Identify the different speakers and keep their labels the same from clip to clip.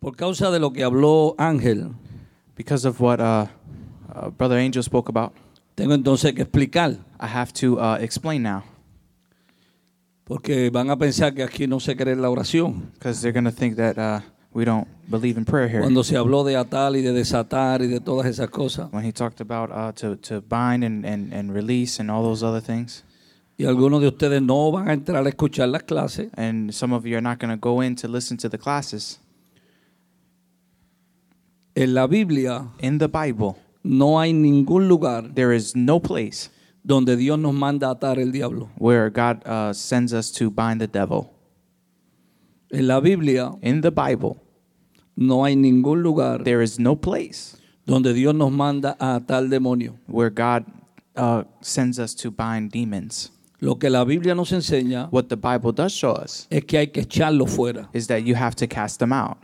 Speaker 1: Por causa de lo que habló Ángel,
Speaker 2: Because of what uh, uh, Brother Angel spoke about,
Speaker 1: tengo entonces que explicar,
Speaker 2: I have to uh, explain now
Speaker 1: porque van a pensar que aquí no se cree en la oración.
Speaker 2: because they're going to think that uh, we don't believe in prayer here.
Speaker 1: Cuando se habló de atar y de desatar y de todas esas cosas,
Speaker 2: When he talked about uh, to, to bind and, and, and release and all those other things,
Speaker 1: y algunos de ustedes no van a entrar a escuchar las clases,
Speaker 2: and some of you are not going to go in to listen to the classes.
Speaker 1: en la Biblia
Speaker 2: In the Bible,
Speaker 1: no hay ningún lugar
Speaker 2: there is no place
Speaker 1: donde Dios nos manda a atar el diablo.
Speaker 2: where God uh, sends us to bind the devil.
Speaker 1: En la Biblia
Speaker 2: In the Bible,
Speaker 1: no hay ningún lugar
Speaker 2: there is no place
Speaker 1: donde Dios nos manda a atar demonio.
Speaker 2: where God uh, sends us to bind demons.
Speaker 1: Lo que la Biblia nos enseña
Speaker 2: What the Bible does show us
Speaker 1: es que hay que echarlos fuera,
Speaker 2: is that you have to cast them out.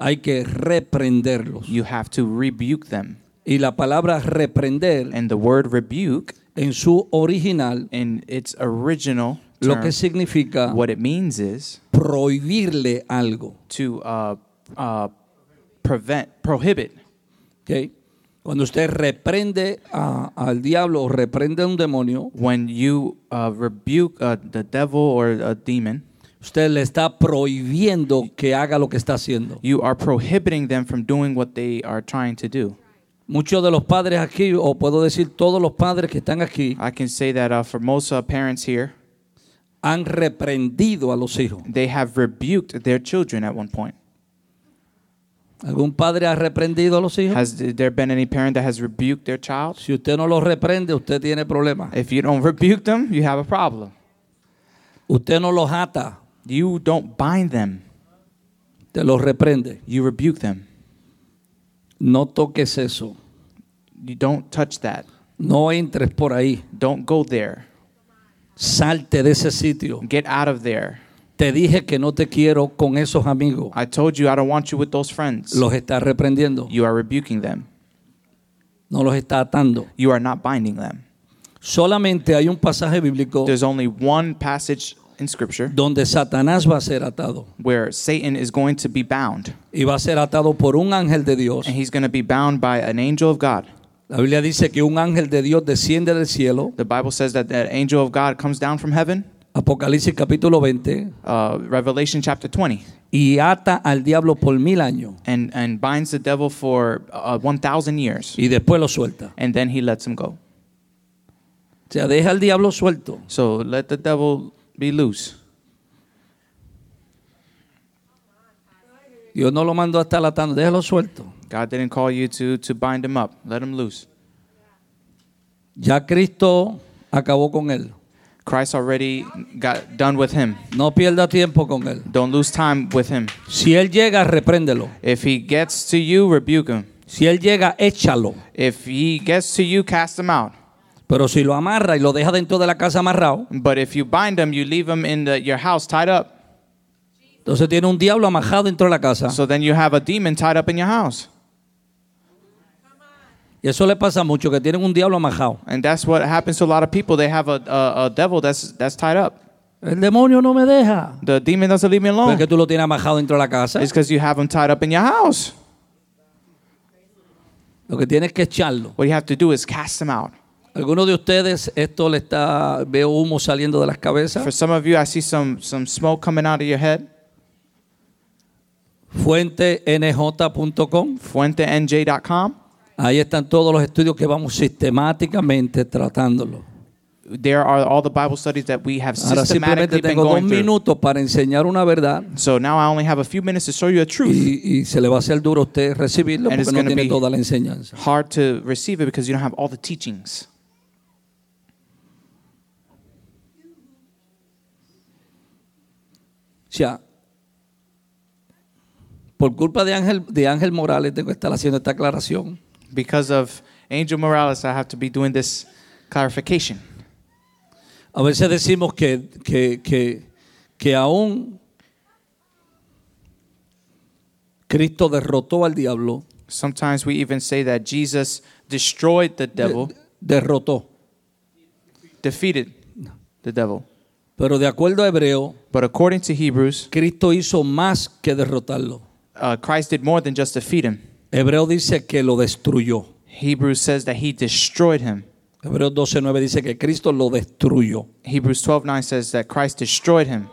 Speaker 1: hay que reprenderlos.
Speaker 2: You have to rebuke them.
Speaker 1: Y la palabra reprender
Speaker 2: And the word rebuke
Speaker 1: en su original
Speaker 2: in its original
Speaker 1: lo que
Speaker 2: term,
Speaker 1: significa
Speaker 2: what it means is
Speaker 1: prohibirle algo.
Speaker 2: to uh, uh, prevent, prohibit.
Speaker 1: ¿ok? Cuando usted reprende a- al diablo o reprende a un demonio,
Speaker 2: When you uh, rebuke uh, the devil or a demon,
Speaker 1: usted le está prohibiendo que haga lo que está haciendo.
Speaker 2: you are prohibiting them from doing what they are trying to do.
Speaker 1: Muchos de los padres aquí, o puedo decir todos los padres que están aquí,
Speaker 2: I can say that uh, for most uh, parents here,
Speaker 1: han reprendido a los hijos.
Speaker 2: they have rebuked their children at one point.
Speaker 1: ¿Algún padre ha reprendido a los hijos?
Speaker 2: Has there been any parent that has rebuked their child?
Speaker 1: Si usted no los reprende, usted tiene problemas.
Speaker 2: If you don't rebuke them, you have a problem.
Speaker 1: Usted no los ata,
Speaker 2: You don't bind them,
Speaker 1: te los reprende.
Speaker 2: you rebuke them.
Speaker 1: No toques eso.
Speaker 2: You don't touch that.
Speaker 1: No entres por ahí.
Speaker 2: Don't go there.
Speaker 1: Salte de ese sitio.
Speaker 2: Get out of there.
Speaker 1: Te dije que no te quiero con esos amigos.
Speaker 2: I told you I don't want you with those friends.
Speaker 1: Los está reprendiendo.
Speaker 2: You are rebuking them.
Speaker 1: No los está atando.
Speaker 2: You are not binding them.
Speaker 1: Solamente hay un pasaje bíblico
Speaker 2: There's only one passage in scripture
Speaker 1: donde Satanás va a ser atado.
Speaker 2: where Satan is going to be bound,
Speaker 1: Y va a ser atado por un ángel de Dios.
Speaker 2: and he's going to be bound by an angel of God.
Speaker 1: La Biblia dice que un ángel de Dios desciende del cielo.
Speaker 2: The Bible says that that angel of God comes down from heaven.
Speaker 1: Apocalipsis capítulo 20.
Speaker 2: Uh, Revelation chapter 20.
Speaker 1: y ata al diablo por mil años
Speaker 2: and, and binds the devil for uh, 1,000 years,
Speaker 1: y después lo suelta.
Speaker 2: and then he lets him go.
Speaker 1: O sea, deja al diablo suelto.
Speaker 2: So let the devil be loose.
Speaker 1: Dios no lo mandó hasta la tanda, déjalo suelto.
Speaker 2: God didn't call you to, to bind him up, let him loose.
Speaker 1: Ya Cristo acabó con él.
Speaker 2: Christ already got done with him.
Speaker 1: No pierda tiempo con él.
Speaker 2: Don't lose time with him.
Speaker 1: Si él llega, repréndelo.
Speaker 2: If he gets to you, rebuke him.
Speaker 1: Si él llega, échalo.
Speaker 2: If he gets to you, cast him out.
Speaker 1: Pero si lo amarra y lo deja dentro de la casa amarrado,
Speaker 2: But if you bind him, you leave him in the, your house tied up.
Speaker 1: entonces tiene un diablo amarrado dentro de la casa.
Speaker 2: So then you have a demon tied up in your house.
Speaker 1: Y eso le pasa mucho, que tienen un diablo amarrado.
Speaker 2: And that's what happens to a lot of people. They have a, a, a devil that's, that's tied up.
Speaker 1: El demonio no me deja.
Speaker 2: The demon doesn't leave me alone.
Speaker 1: Porque tú lo tienes amarrado dentro de la casa.
Speaker 2: It's because you have them tied up in your house.
Speaker 1: Lo que tienes es que echarlo.
Speaker 2: What you have to do is cast them out.
Speaker 1: Algunos de ustedes, esto le está, veo humo saliendo de las
Speaker 2: For
Speaker 1: cabezas.
Speaker 2: some of you, I see some, some smoke coming out of your head.
Speaker 1: FuenteNJ.com.
Speaker 2: FuenteNJ.com.
Speaker 1: Ahí están todos los estudios que vamos sistemáticamente tratándolo.
Speaker 2: There are all the Bible studies that we have
Speaker 1: Ahora simplemente
Speaker 2: systematically been
Speaker 1: tengo dos
Speaker 2: going through.
Speaker 1: minutos para enseñar una verdad
Speaker 2: So now I only have a few minutes to show you a truth.
Speaker 1: y, y se le va a hacer duro a usted recibirlo
Speaker 2: And
Speaker 1: porque
Speaker 2: it's
Speaker 1: no
Speaker 2: gonna
Speaker 1: tiene
Speaker 2: be-
Speaker 1: toda la enseñanza.
Speaker 2: Hard to receive it because you don't have all the teachings.
Speaker 1: O sea, por culpa de Ángel, de Ángel Morales tengo que estar haciendo esta aclaración.
Speaker 2: Because of Angel Morales, I have to be doing this clarification.
Speaker 1: A veces decimos que, que, que, que aún Cristo derrotó al diablo.
Speaker 2: Sometimes we even say that Jesus destroyed the devil,
Speaker 1: De- derrotó.
Speaker 2: defeated the devil.
Speaker 1: Pero de acuerdo a Hebreo,
Speaker 2: But according to Hebrews,
Speaker 1: Cristo hizo más que derrotarlo.
Speaker 2: uh, Christ did more than just defeat him.
Speaker 1: Hebreo dice que lo destruyó.
Speaker 2: Hebrews says that he destroyed him.
Speaker 1: Hebreos 12:9 dice que Cristo lo destruyó.
Speaker 2: Hebrews 12:9 says that Christ destroyed him.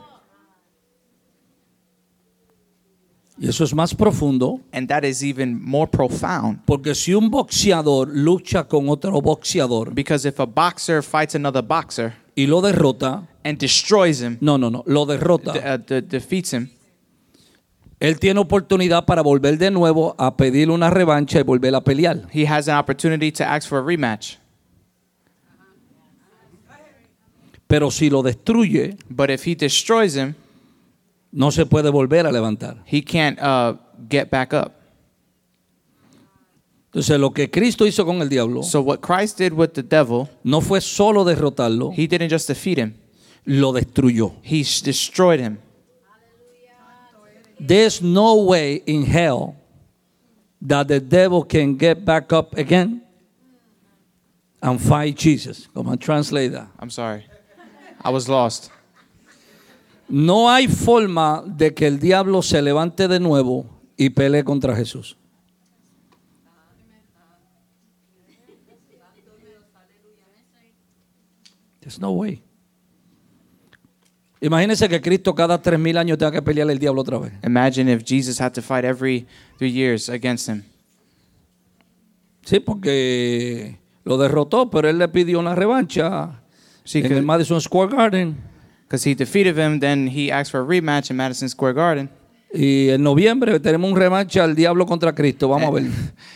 Speaker 1: Y eso es más profundo,
Speaker 2: And that is even more profound
Speaker 1: porque si un boxeador lucha con otro boxeador
Speaker 2: because if a boxer fights another boxer
Speaker 1: y lo derrota,
Speaker 2: and destroys him,
Speaker 1: no, no, no, lo
Speaker 2: de-
Speaker 1: derrota,
Speaker 2: uh, de- defeats him,
Speaker 1: él tiene oportunidad para volver de nuevo a pedir una revancha y volver a pelear.
Speaker 2: he has an opportunity to ask for a rematch.
Speaker 1: Pero si lo destruye,
Speaker 2: But if he destroys him,
Speaker 1: no se puede volver a levantar.
Speaker 2: he can't uh, get back up.
Speaker 1: Entonces, lo que Cristo hizo con el diablo
Speaker 2: So what Christ did with the devil,
Speaker 1: no fue solo derrotarlo,
Speaker 2: he didn't just defeat him;
Speaker 1: lo destruyó.
Speaker 2: he s- destroyed him.
Speaker 1: There's no way in hell that the devil can get back up again and fight Jesus. Come on, translate that.
Speaker 2: I'm sorry, I was lost.
Speaker 1: No hay forma de que el diablo se levante de nuevo y pelee contra Jesús. There's no way. Imagínense que Cristo cada tres mil años tenga que pelear el diablo otra vez.
Speaker 2: Imagine if Jesus had to fight every three years against him.
Speaker 1: Sí, porque lo derrotó, pero él le pidió una revancha
Speaker 2: Sí,
Speaker 1: en
Speaker 2: que-
Speaker 1: el Madison Square Garden.
Speaker 2: Because he defeated him, then he asked for a rematch in Madison Square Garden.
Speaker 1: Y en noviembre tenemos un revancha al diablo contra Cristo. Vamos a ver.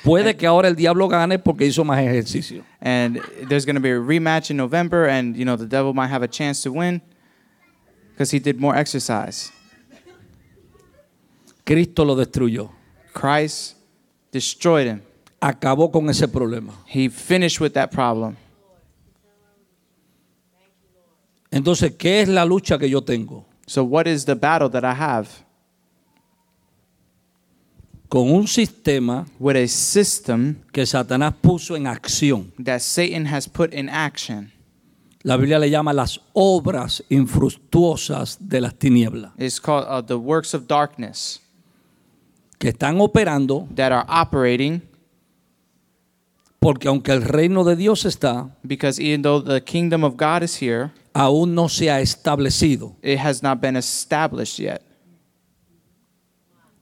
Speaker 1: Puede que ahora el diablo gane porque hizo más ejercicio.
Speaker 2: And there's going to be a rematch in November, and, you know, the devil might have a chance to win because he did more exercise.
Speaker 1: Cristo lo destruyó.
Speaker 2: Christ destroyed him.
Speaker 1: Acabó con ese problema.
Speaker 2: He finished with that problem.
Speaker 1: Entonces, ¿qué es la lucha que yo tengo?
Speaker 2: So, what is the battle that I have
Speaker 1: Con un sistema
Speaker 2: with a system
Speaker 1: que Satanás puso en acción.
Speaker 2: that Satan has put in action?
Speaker 1: La Biblia le llama las obras infructuosas de las tinieblas,
Speaker 2: It's called uh, the works of darkness
Speaker 1: que están operando
Speaker 2: that are operating
Speaker 1: porque aunque el reino de Dios está,
Speaker 2: because even though the kingdom of God is here,
Speaker 1: aún no se ha establecido.
Speaker 2: it has not been established yet.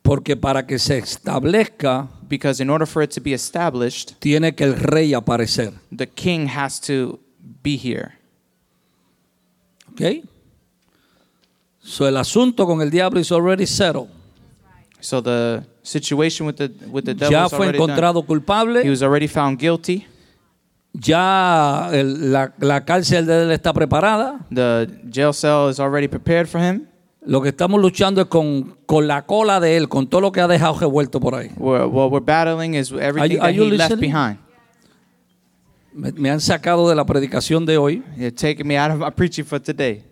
Speaker 1: Porque para que se establezca,
Speaker 2: because in order for it to be established,
Speaker 1: tiene que el rey aparecer.
Speaker 2: the king has to be here.
Speaker 1: ¿Ok? So, el asunto con el diablo is already settled.
Speaker 2: So the situation with the with the devil
Speaker 1: Ya
Speaker 2: is
Speaker 1: fue
Speaker 2: already done.
Speaker 1: encontrado
Speaker 2: He
Speaker 1: culpable.
Speaker 2: was already found guilty.
Speaker 1: Ya el- la, la cárcel de él está preparada.
Speaker 2: The jail cell is already prepared for him.
Speaker 1: Lo que estamos luchando es con, con la cola de él, con todo lo que ha dejado revuelto por ahí.
Speaker 2: We're, what we're battling is everything
Speaker 1: are
Speaker 2: that
Speaker 1: you
Speaker 2: he left
Speaker 1: listening?
Speaker 2: behind.
Speaker 1: Me, me han sacado de la predicación de hoy,
Speaker 2: You're taking me out of my preaching for today,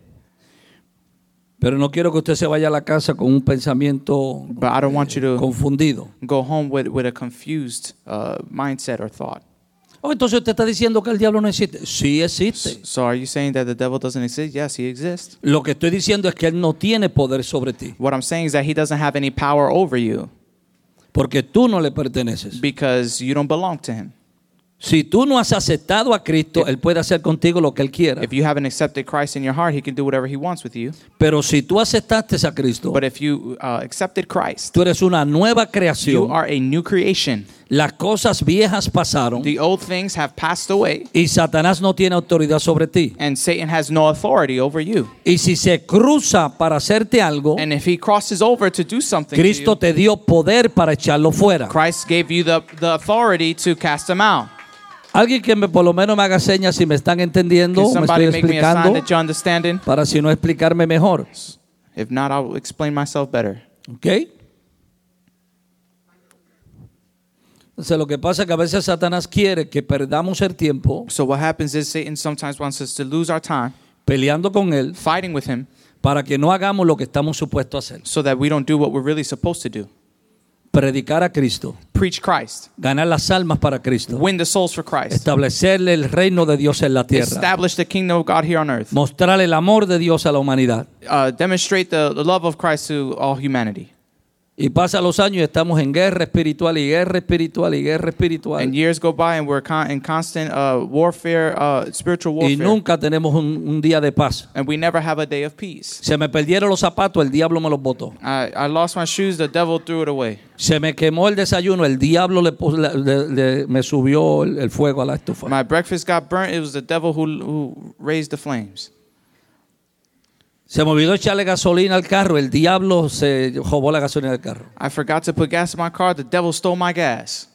Speaker 1: pero no quiero que usted se vaya a la casa con un pensamiento
Speaker 2: but I don't want you to
Speaker 1: confundido.
Speaker 2: go home with with a confused uh, mindset or thought.
Speaker 1: Oh, entonces usted está diciendo que el diablo no existe. Sí existe.
Speaker 2: So are you saying that the devil doesn't exist? Yes, he exists.
Speaker 1: Lo que estoy diciendo es que él no tiene poder sobre ti,
Speaker 2: What I'm saying is that he doesn't have any power over you
Speaker 1: porque tú no le perteneces.
Speaker 2: because you don't belong to him.
Speaker 1: Si tú no has aceptado a Cristo,
Speaker 2: Eh,
Speaker 1: él puede hacer contigo lo que él quiera.
Speaker 2: If you haven't accepted Christ in your heart, He can do whatever He wants with you.
Speaker 1: Pero si tú aceptaste a Cristo,
Speaker 2: But if you uh, accepted Christ,
Speaker 1: tú eres una nueva
Speaker 2: you
Speaker 1: creación.
Speaker 2: are a new creation.
Speaker 1: Las cosas viejas pasaron
Speaker 2: The old things have passed away,
Speaker 1: y Satanás no tiene autoridad sobre ti.
Speaker 2: and Satan has no authority over you.
Speaker 1: Y si se cruza para hacerte algo,
Speaker 2: And if He crosses over to do something, to
Speaker 1: Cristo
Speaker 2: you,
Speaker 1: te dio poder para echarlo fuera.
Speaker 2: Christ gave you the, the authority to cast him out.
Speaker 1: Alguien que me, por lo menos me haga señas si me están entendiendo,
Speaker 2: Can
Speaker 1: o me
Speaker 2: somebody
Speaker 1: estoy
Speaker 2: make me a sign
Speaker 1: explicando,
Speaker 2: that you're understanding?
Speaker 1: para si no explicarme mejor.
Speaker 2: If not, I'll explain myself better.
Speaker 1: ¿Ok? Entonces lo que pasa es que a veces Satanás quiere que perdamos el tiempo
Speaker 2: So what happens is Satan sometimes wants us to lose our time
Speaker 1: peleando con él
Speaker 2: fighting with him
Speaker 1: para que no hagamos lo que estamos supuestos a hacer.
Speaker 2: so that we don't do what we're really supposed to do.
Speaker 1: Predicar a Cristo,
Speaker 2: Preach Christ.
Speaker 1: ganar las almas para Cristo,
Speaker 2: Win the souls for Christ.
Speaker 1: establecerle el reino de Dios en la tierra,
Speaker 2: establish the kingdom of God here on earth.
Speaker 1: mostrar el amor de Dios a la humanidad.
Speaker 2: Uh, demonstrate the, the love of Christ to all humanity.
Speaker 1: Y pasan los años y estamos en guerra espiritual y guerra espiritual y guerra espiritual.
Speaker 2: And years go by, and we're con- in constant uh, warfare, uh, spiritual
Speaker 1: Y
Speaker 2: warfare.
Speaker 1: nunca tenemos un, un día de paz.
Speaker 2: and we never have a day of peace.
Speaker 1: Se me perdieron los zapatos, el diablo me los botó.
Speaker 2: I, I lost my shoes, the devil threw it away.
Speaker 1: Se me quemó el desayuno, el diablo le puso- le- le- le- me subió el, el fuego a la estufa.
Speaker 2: My breakfast got burnt, it was the devil who, who raised the flames.
Speaker 1: Se me olvidó echarle gasolina al carro, el diablo se robó la gasolina del carro.
Speaker 2: I forgot to put gas in my car, the devil stole my gas.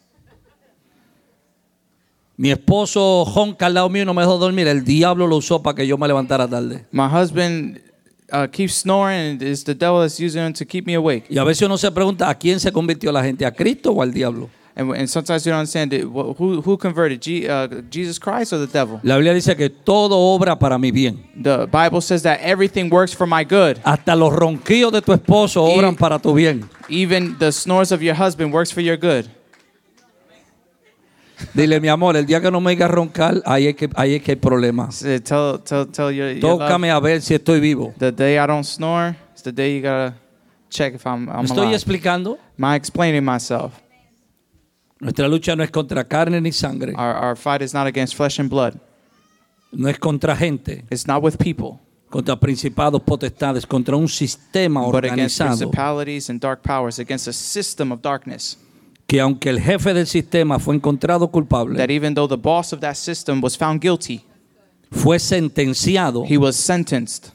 Speaker 1: Mi esposo jonca al lado mío y no me dejó dormir, el diablo lo usó para que yo me levantara tarde.
Speaker 2: My husband uh, keeps snoring, and it's the devil that's using him to keep me awake.
Speaker 1: Y a veces uno se pregunta, ¿a quién se convirtió la gente? ¿A Cristo o al diablo?
Speaker 2: And, and sometimes you don't understand it. Wh- Who, who converted, Je- uh, Jesus Christ or the devil?
Speaker 1: La Biblia dice que todo obra para mi bien.
Speaker 2: The Bible says that everything works for my good.
Speaker 1: Hasta los ronquidos de tu esposo
Speaker 2: Y-
Speaker 1: obran para tu bien.
Speaker 2: Even the snores of your husband works for your good.
Speaker 1: Dile, mi amor, el día que no me digas roncar, ahí es que, ahí es que hay problemas.
Speaker 2: So Uh, tell, tell, tell your, your love-
Speaker 1: Tócame a ver si estoy vivo.
Speaker 2: The day I don't snore is the day you gotta check if I'm, I'm
Speaker 1: Estoy
Speaker 2: alive.
Speaker 1: explicando.
Speaker 2: Am I explaining myself?
Speaker 1: Nuestra lucha no es contra carne ni sangre,
Speaker 2: Our, our fight is not against flesh and blood.
Speaker 1: no es contra gente,
Speaker 2: It's not with people,
Speaker 1: contra principados, potestades, contra un sistema
Speaker 2: but against
Speaker 1: organizado
Speaker 2: principalities and dark powers, against a system of darkness.
Speaker 1: que aunque el jefe del sistema fue encontrado
Speaker 2: That
Speaker 1: culpable,
Speaker 2: even though the boss of that system was found guilty,
Speaker 1: fue sentenciado,
Speaker 2: he was sentenced,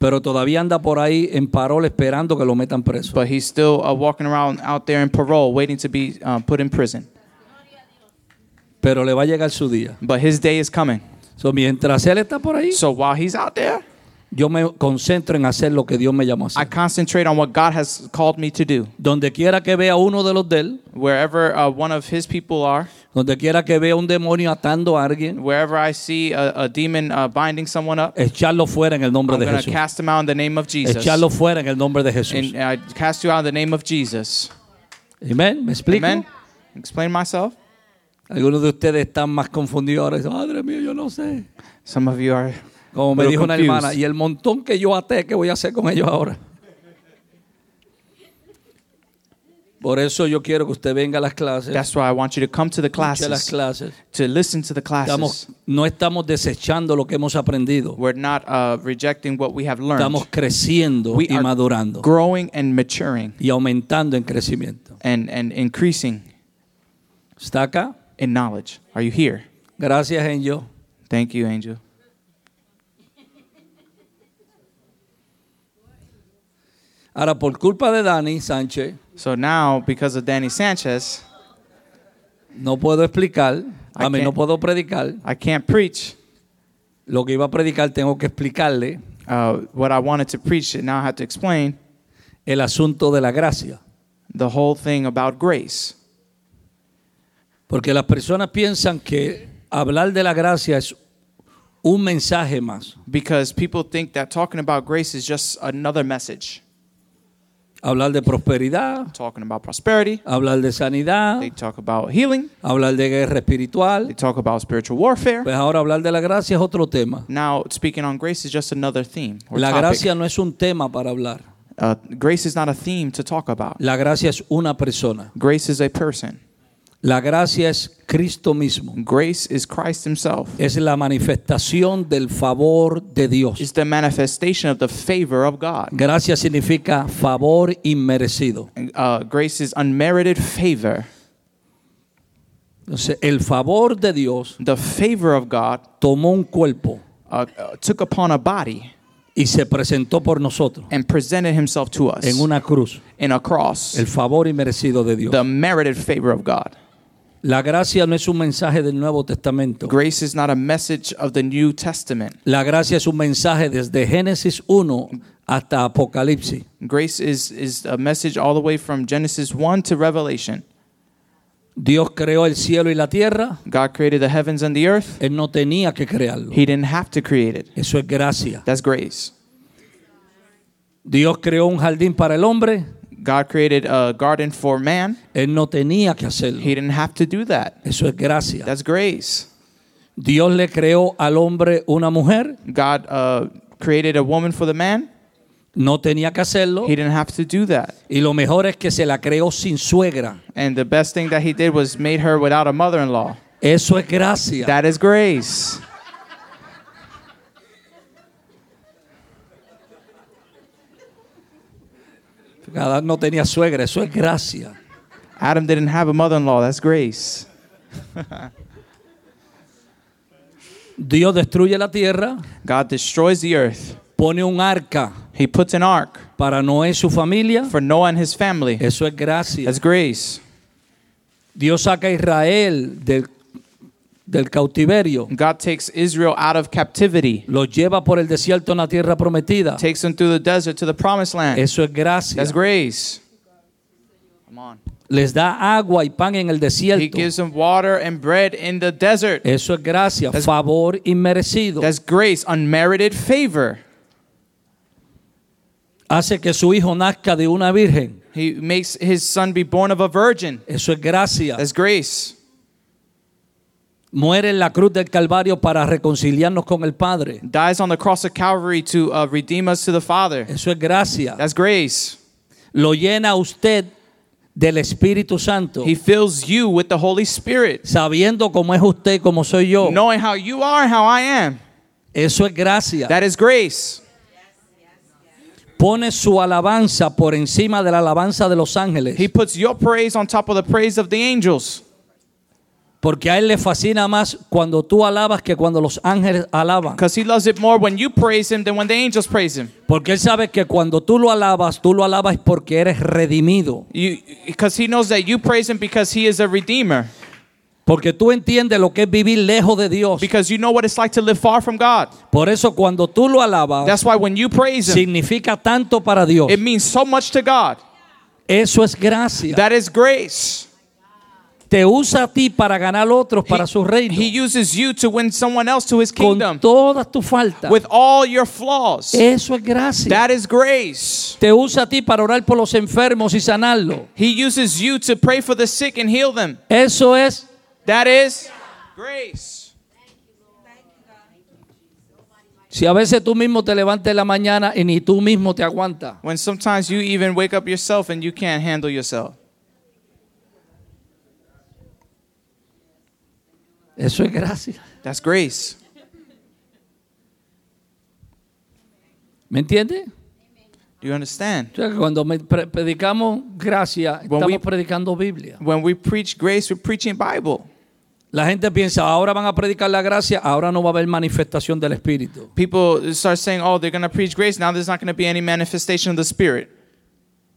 Speaker 1: pero todavía anda por ahí en parol esperando que lo metan preso.
Speaker 2: but he's still uh, walking around out there in parole, waiting to be um, put in prison.
Speaker 1: Pero le va a llegar su día.
Speaker 2: But his day is coming.
Speaker 1: So, mientras él está por ahí,
Speaker 2: So while he's out there,
Speaker 1: yo me concentro en hacer lo que Dios me llamó a
Speaker 2: I
Speaker 1: hacer.
Speaker 2: concentrate on what God has called me to do.
Speaker 1: Donde quiera que vea uno de los de él,
Speaker 2: Wherever uh, one of his people are,
Speaker 1: donde quiera que vea un demonio atando a alguien,
Speaker 2: wherever I see a, a demon uh, binding someone up,
Speaker 1: echarlo fuera en el nombre
Speaker 2: I'm
Speaker 1: de
Speaker 2: going to
Speaker 1: Jesús.
Speaker 2: cast him out in the name of Jesus.
Speaker 1: Echarlo fuera en el nombre de Jesús.
Speaker 2: And I cast you out in the name of Jesus.
Speaker 1: Amén. ¿Me explico?
Speaker 2: Amen. Explain myself.
Speaker 1: Algunos de ustedes están más confundidos ahora. Dicen, Madre mía, yo no sé.
Speaker 2: Some of you are.
Speaker 1: Como me
Speaker 2: Pero
Speaker 1: dijo una
Speaker 2: confused.
Speaker 1: hermana, y el montón que yo até, ¿qué voy a hacer con ellos ahora? Por eso yo quiero que usted venga a las clases.
Speaker 2: That's why I want you to come to the
Speaker 1: escuche las
Speaker 2: classes,
Speaker 1: clases.
Speaker 2: to listen to the
Speaker 1: Estamos,
Speaker 2: classes.
Speaker 1: no estamos desechando lo que hemos aprendido.
Speaker 2: We're not uh, rejecting what we have
Speaker 1: Estamos
Speaker 2: learned.
Speaker 1: creciendo
Speaker 2: We
Speaker 1: y
Speaker 2: are
Speaker 1: madurando
Speaker 2: growing and maturing
Speaker 1: y aumentando en crecimiento.
Speaker 2: and, and increasing
Speaker 1: ¿Está acá?
Speaker 2: in knowledge. Are you here?
Speaker 1: Gracias, Angel.
Speaker 2: Thank you, Angel.
Speaker 1: Ahora, por culpa de Dani Sánchez,
Speaker 2: So now, because of Danny Sanchez,
Speaker 1: no puedo explicar, a mí
Speaker 2: can't-
Speaker 1: no puedo predicar.
Speaker 2: I can't preach
Speaker 1: Lo que iba a predicar tengo que explicarle
Speaker 2: uh, what I wanted to preach, and now I have to explain
Speaker 1: el asunto de la gracia.
Speaker 2: the whole thing about grace.
Speaker 1: Porque las personas piensan que hablar de la gracia es un mensaje más.
Speaker 2: Because people think that talking about grace is just another message.
Speaker 1: Hablar de prosperidad,
Speaker 2: Talking about prosperity,
Speaker 1: hablar de sanidad,
Speaker 2: they talk about healing,
Speaker 1: hablar de guerra
Speaker 2: they
Speaker 1: espiritual.
Speaker 2: talk about spiritual warfare.
Speaker 1: Pues ahora hablar de la gracia es otro tema.
Speaker 2: Now, speaking on grace is just another theme or
Speaker 1: La
Speaker 2: topic.
Speaker 1: gracia no es un tema para hablar.
Speaker 2: Uh, grace is not a theme to talk about.
Speaker 1: La gracia es una persona.
Speaker 2: Grace is a person.
Speaker 1: La gracia es Cristo mismo.
Speaker 2: Grace is Christ Himself.
Speaker 1: Es la manifestación del favor de Dios.
Speaker 2: It's the manifestation of the favor of God.
Speaker 1: Gracia significa favor inmerecido.
Speaker 2: Uh, grace is unmerited favor.
Speaker 1: Entonces, el favor de Dios
Speaker 2: The favor of God
Speaker 1: tomó un cuerpo
Speaker 2: uh, uh, took upon a body
Speaker 1: y se presentó por nosotros
Speaker 2: and presented himself to us
Speaker 1: en una cruz.
Speaker 2: in a cross,
Speaker 1: El favor inmerecido de Dios.
Speaker 2: the merited favor of God.
Speaker 1: La gracia no es un mensaje del Nuevo Testamento.
Speaker 2: Grace is not a message of the New Testament.
Speaker 1: La gracia es un mensaje desde Génesis 1 hasta Apocalipsis.
Speaker 2: Grace is, is a message all the way from Genesis 1 to Revelation.
Speaker 1: Dios creó el cielo y la tierra.
Speaker 2: God created the heavens and the earth.
Speaker 1: Él no tenía que crearlo.
Speaker 2: He didn't have to create it.
Speaker 1: Eso es gracia.
Speaker 2: That's grace.
Speaker 1: Dios creó un jardín para el hombre.
Speaker 2: God created a garden for man.
Speaker 1: Él no tenía que hacerlo.
Speaker 2: He didn't have to do that.
Speaker 1: Eso es gracia.
Speaker 2: That's grace.
Speaker 1: Dios le creó al hombre una mujer.
Speaker 2: God uh, created a woman for the man.
Speaker 1: No tenía que hacerlo.
Speaker 2: He didn't have to do that.
Speaker 1: Y lo mejor es que se la creó sin suegra.
Speaker 2: And the best thing that he did was made her without a mother in law.
Speaker 1: Eso es gracia.
Speaker 2: That is grace.
Speaker 1: Adán no tenía suegra. Eso es gracia.
Speaker 2: Adam didn't have a mother in law. That's grace.
Speaker 1: Dios destruye la tierra,
Speaker 2: God destroys the earth.
Speaker 1: pone un arca
Speaker 2: He puts an ark
Speaker 1: para Noé y su familia.
Speaker 2: for Noah and his family.
Speaker 1: Eso es gracia.
Speaker 2: That's grace.
Speaker 1: Dios saca a Israel del, del cautiverio,
Speaker 2: God takes Israel out of captivity,
Speaker 1: los lleva por el desierto a una tierra prometida.
Speaker 2: takes them through the desert to the promised land.
Speaker 1: Eso es gracia.
Speaker 2: That's grace. Come on.
Speaker 1: Les da agua y pan en el
Speaker 2: He
Speaker 1: desierto.
Speaker 2: gives them water and bread in the desert.
Speaker 1: Eso es gracia, favor inmerecido.
Speaker 2: That's grace, unmerited favor.
Speaker 1: Hace que su hijo nazca de una virgen.
Speaker 2: He makes his son be born of a virgin.
Speaker 1: Eso es gracia.
Speaker 2: That's grace.
Speaker 1: Muere en la cruz del Calvario para reconciliarnos con el Padre.
Speaker 2: Dies on the cross of Calvary to uh, redeem us to the Father.
Speaker 1: Eso es gracia.
Speaker 2: That's grace.
Speaker 1: Lo llena usted del Espíritu Santo,
Speaker 2: He fills you with the Holy Spirit,
Speaker 1: sabiendo cómo es usted y cómo soy yo.
Speaker 2: knowing how you are and how I am.
Speaker 1: Eso es gracia.
Speaker 2: That is grace.
Speaker 1: Pone su alabanza por encima de la alabanza de los ángeles,
Speaker 2: He puts your praise on top of the praise of the angels
Speaker 1: porque a él le fascina más cuando tú alabas que cuando los ángeles alaban.
Speaker 2: because he loves it more when you praise him than when the angels praise him.
Speaker 1: Porque él sabe que cuando tú lo alabas, tú lo alabas porque eres redimido.
Speaker 2: You because he knows that you praise him because he is a redeemer.
Speaker 1: Porque tú entiendes lo que es vivir lejos de Dios.
Speaker 2: Because you know what it's like to live far from God.
Speaker 1: Por eso cuando tú lo alabas,
Speaker 2: That's why when you praise him,
Speaker 1: significa tanto para Dios.
Speaker 2: it means so much to God.
Speaker 1: Eso es gracia.
Speaker 2: That is grace.
Speaker 1: Te usa a ti para ganar otros para su reino.
Speaker 2: He uses you to win someone else to his
Speaker 1: con
Speaker 2: kingdom
Speaker 1: todas tus faltas.
Speaker 2: with all your flaws.
Speaker 1: Eso es gracia.
Speaker 2: That is grace.
Speaker 1: Te usa a ti para orar por los enfermos y sanarlos.
Speaker 2: He uses you to pray for the sick and heal them.
Speaker 1: Eso es
Speaker 2: That is grace.
Speaker 1: si a veces tú mismo te levantas en la mañana y ni tú mismo te aguantas.
Speaker 2: When sometimes you even wake up yourself and you can't handle yourself.
Speaker 1: Eso es gracia.
Speaker 2: That's grace.
Speaker 1: ¿Me entiendes?
Speaker 2: Do you understand?
Speaker 1: O sea, que cuando me- pre- predicamos gracia,
Speaker 2: When
Speaker 1: estamos
Speaker 2: we-
Speaker 1: predicando Biblia.
Speaker 2: When we preach grace, we're preaching Bible.
Speaker 1: La gente piensa, ahora van a predicar la gracia, ahora no va a haber manifestación del Espíritu.
Speaker 2: People start saying, "Oh, they're going to preach grace. Now there's not going to be any manifestation of the Spirit.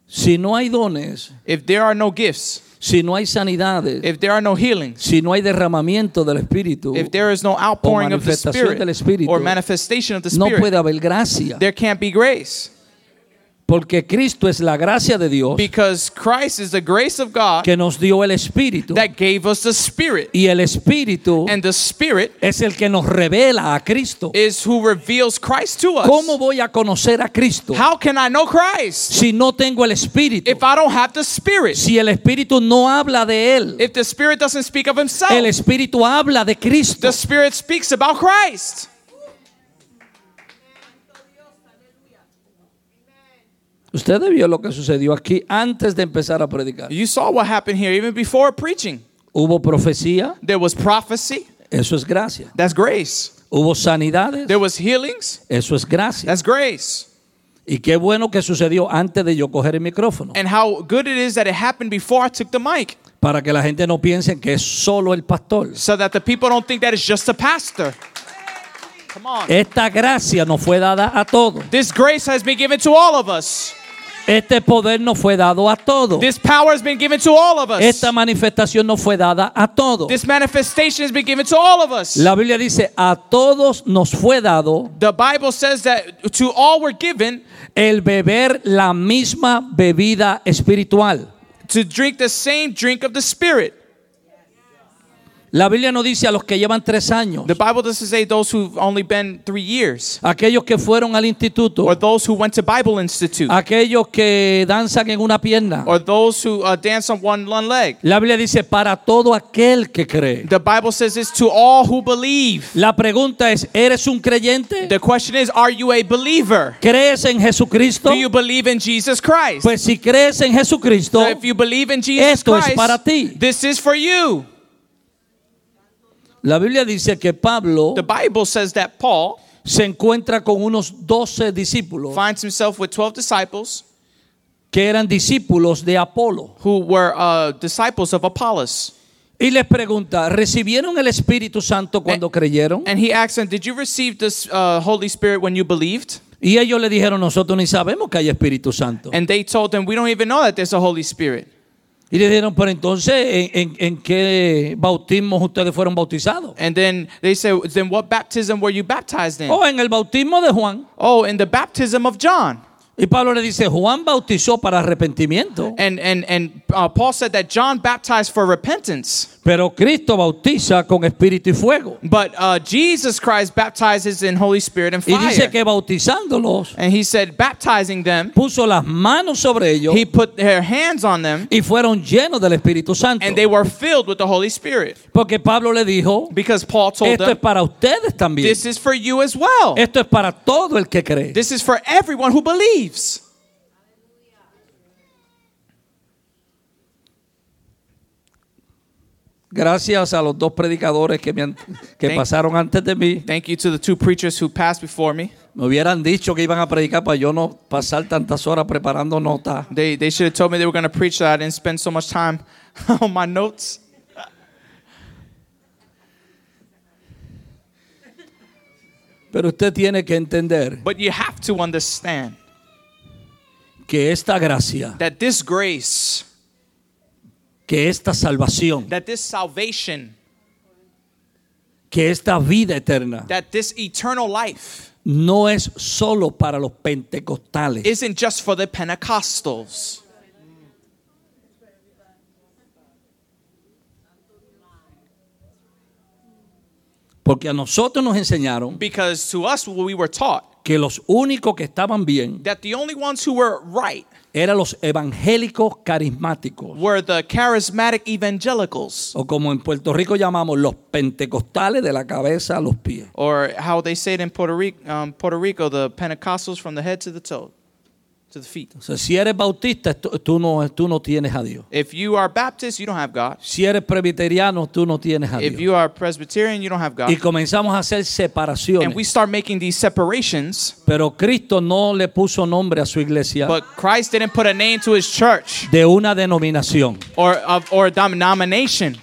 Speaker 1: Si no hay dones,
Speaker 2: If there are no gifts,
Speaker 1: si no hay sanidades,
Speaker 2: if there are no healings,
Speaker 1: si no hay derramamiento del Espíritu,
Speaker 2: if there is no outpouring of the
Speaker 1: manifestación
Speaker 2: Spirit
Speaker 1: del Espíritu.
Speaker 2: or manifestation of the
Speaker 1: no
Speaker 2: Spirit,
Speaker 1: puede haber gracia.
Speaker 2: there can't be grace
Speaker 1: Porque Cristo es la gracia de Dios
Speaker 2: because Christ is the grace of God
Speaker 1: que nos dio el Espíritu.
Speaker 2: that gave us the Spirit,
Speaker 1: Y el Espíritu
Speaker 2: and the Spirit
Speaker 1: es el que nos revela a Cristo.
Speaker 2: is who reveals Christ to us.
Speaker 1: ¿Cómo voy a conocer a Cristo
Speaker 2: How can I know Christ
Speaker 1: si no tengo el Espíritu?
Speaker 2: if I don't have the Spirit?
Speaker 1: Si el Espíritu no habla de Él,
Speaker 2: If the Spirit doesn't speak of
Speaker 1: el
Speaker 2: Himself,
Speaker 1: Espíritu habla de Cristo.
Speaker 2: the Spirit speaks about Christ.
Speaker 1: Usted vio lo que sucedió aquí antes de empezar a predicar.
Speaker 2: You saw what happened here even before preaching.
Speaker 1: Hubo profecía,
Speaker 2: There was prophecy,
Speaker 1: eso es gracia.
Speaker 2: that's grace.
Speaker 1: Hubo sanidades,
Speaker 2: There was healings,
Speaker 1: eso es gracia.
Speaker 2: that's grace.
Speaker 1: Y qué bueno que sucedió antes de yo coger el micrófono.
Speaker 2: And how good it is that it happened before I took the mic
Speaker 1: para que la gente no piense que es solo el pastor.
Speaker 2: so that the people don't think that it's just a pastor. Come on.
Speaker 1: Esta gracia no fue dada a todos.
Speaker 2: This grace has been given to all of us.
Speaker 1: Este poder no fue dado a todos.
Speaker 2: This power has been given to all of us.
Speaker 1: Esta manifestación no fue dada a todos.
Speaker 2: This manifestation has been given to all of us.
Speaker 1: La Biblia dice, a todos nos fue dado
Speaker 2: The Bible says that to all were given
Speaker 1: el beber la misma bebida espiritual.
Speaker 2: to drink the same drink of the Spirit.
Speaker 1: La Biblia no dice a los que llevan tres años,
Speaker 2: The Bible doesn't say those who've only been three years
Speaker 1: aquellos que fueron al instituto,
Speaker 2: or those who went to Bible Institute
Speaker 1: aquellos que danzan en una pierna.
Speaker 2: or those who uh, dance on one, one leg.
Speaker 1: La Biblia dice para todo aquel que cree.
Speaker 2: The Bible says this to all who believe.
Speaker 1: La pregunta es, ¿eres un creyente?
Speaker 2: The question is, are you a believer?
Speaker 1: ¿Crees en Jesucristo?
Speaker 2: Do you believe in Jesus Christ?
Speaker 1: Pues si crees en Jesucristo,
Speaker 2: So if you believe in Jesus
Speaker 1: Esto es
Speaker 2: Christ,
Speaker 1: para ti.
Speaker 2: this is for you.
Speaker 1: la Biblia dice que Pablo
Speaker 2: The Bible says that Paul
Speaker 1: se encuentra con unos 12 discípulos
Speaker 2: finds himself with 12 disciples
Speaker 1: que eran discípulos de Apolo
Speaker 2: who were uh, disciples of Apollos.
Speaker 1: y les pregunta, ¿recibieron el Espíritu Santo cuando creyeron?
Speaker 2: And he asked them, Did you receive this uh, Holy Spirit when you believed?
Speaker 1: Y ellos le dijeron, nosotros ni sabemos que hay Espíritu Santo.
Speaker 2: And they told him, We don't even know that there's a Holy Spirit.
Speaker 1: Y le dijeron, pero entonces, ¿en, en- en qué bautismos ustedes fueron bautizados?
Speaker 2: And then they said, Then what baptism were you baptized in?
Speaker 1: O "Oh, en el bautismo de Juan.
Speaker 2: Oh, in the baptism of John.
Speaker 1: Y Pablo le dice, Juan bautizó para arrepentimiento,
Speaker 2: And, and, and uh, Paul said that John baptized for repentance,
Speaker 1: pero Cristo bautiza con espíritu y fuego.
Speaker 2: but uh, Jesus Christ baptizes in Holy Spirit and
Speaker 1: Y dice
Speaker 2: fire.
Speaker 1: que bautizándolos,
Speaker 2: And he said, Baptizing them,
Speaker 1: puso las manos sobre ellos
Speaker 2: he put their hands on them,
Speaker 1: y fueron llenos del Espíritu Santo.
Speaker 2: and they were filled with the Holy Spirit.
Speaker 1: Porque Pablo le dijo,
Speaker 2: Because Paul told
Speaker 1: esto es
Speaker 2: them,
Speaker 1: para ustedes también.
Speaker 2: This is for you as well.
Speaker 1: Esto es para todo el que cree.
Speaker 2: This is for everyone who believes.
Speaker 1: Gracias a los dos predicadores que, me han- que
Speaker 2: Thank-
Speaker 1: pasaron antes de mí.
Speaker 2: Thank you to the two preachers who passed before me.
Speaker 1: Me hubieran dicho que iban a predicar para yo no pasar tantas horas preparando notas.
Speaker 2: They, they should have told me they were going to preach so I didn't spend so much time on my notes.
Speaker 1: Pero usted tiene que entender
Speaker 2: But you have to understand
Speaker 1: que esta gracia,
Speaker 2: that this grace,
Speaker 1: que esta salvación,
Speaker 2: that this salvation,
Speaker 1: que esta vida eterna
Speaker 2: that this eternal life
Speaker 1: no es solo para los pentecostales.
Speaker 2: isn't just for the Pentecostals.
Speaker 1: Porque a nosotros nos enseñaron
Speaker 2: Because to us, we were taught
Speaker 1: que los únicos que estaban bien
Speaker 2: that the only ones who were right
Speaker 1: eran los evangélicos carismáticos,
Speaker 2: were the charismatic evangelicals,
Speaker 1: o como en Puerto Rico llamamos los pentecostales de la cabeza a los pies.
Speaker 2: or how they say it in Puerto Rico, um, Puerto Rico the Pentecostals from the head to the toe, to the feet.
Speaker 1: O sea, si eres bautista, tú, tú no, tú no tienes a Dios.
Speaker 2: If you are Baptist, you don't have God.
Speaker 1: Si eres presbiteriano, tú no tienes a
Speaker 2: If
Speaker 1: Dios.
Speaker 2: you are Presbyterian, you don't have
Speaker 1: Y
Speaker 2: God.
Speaker 1: comenzamos a hacer
Speaker 2: And we
Speaker 1: separaciones.
Speaker 2: start making these separations,
Speaker 1: Pero Cristo no le puso nombre a su iglesia
Speaker 2: but Christ didn't put a name to his church
Speaker 1: de una denominación.
Speaker 2: or of or a denomination.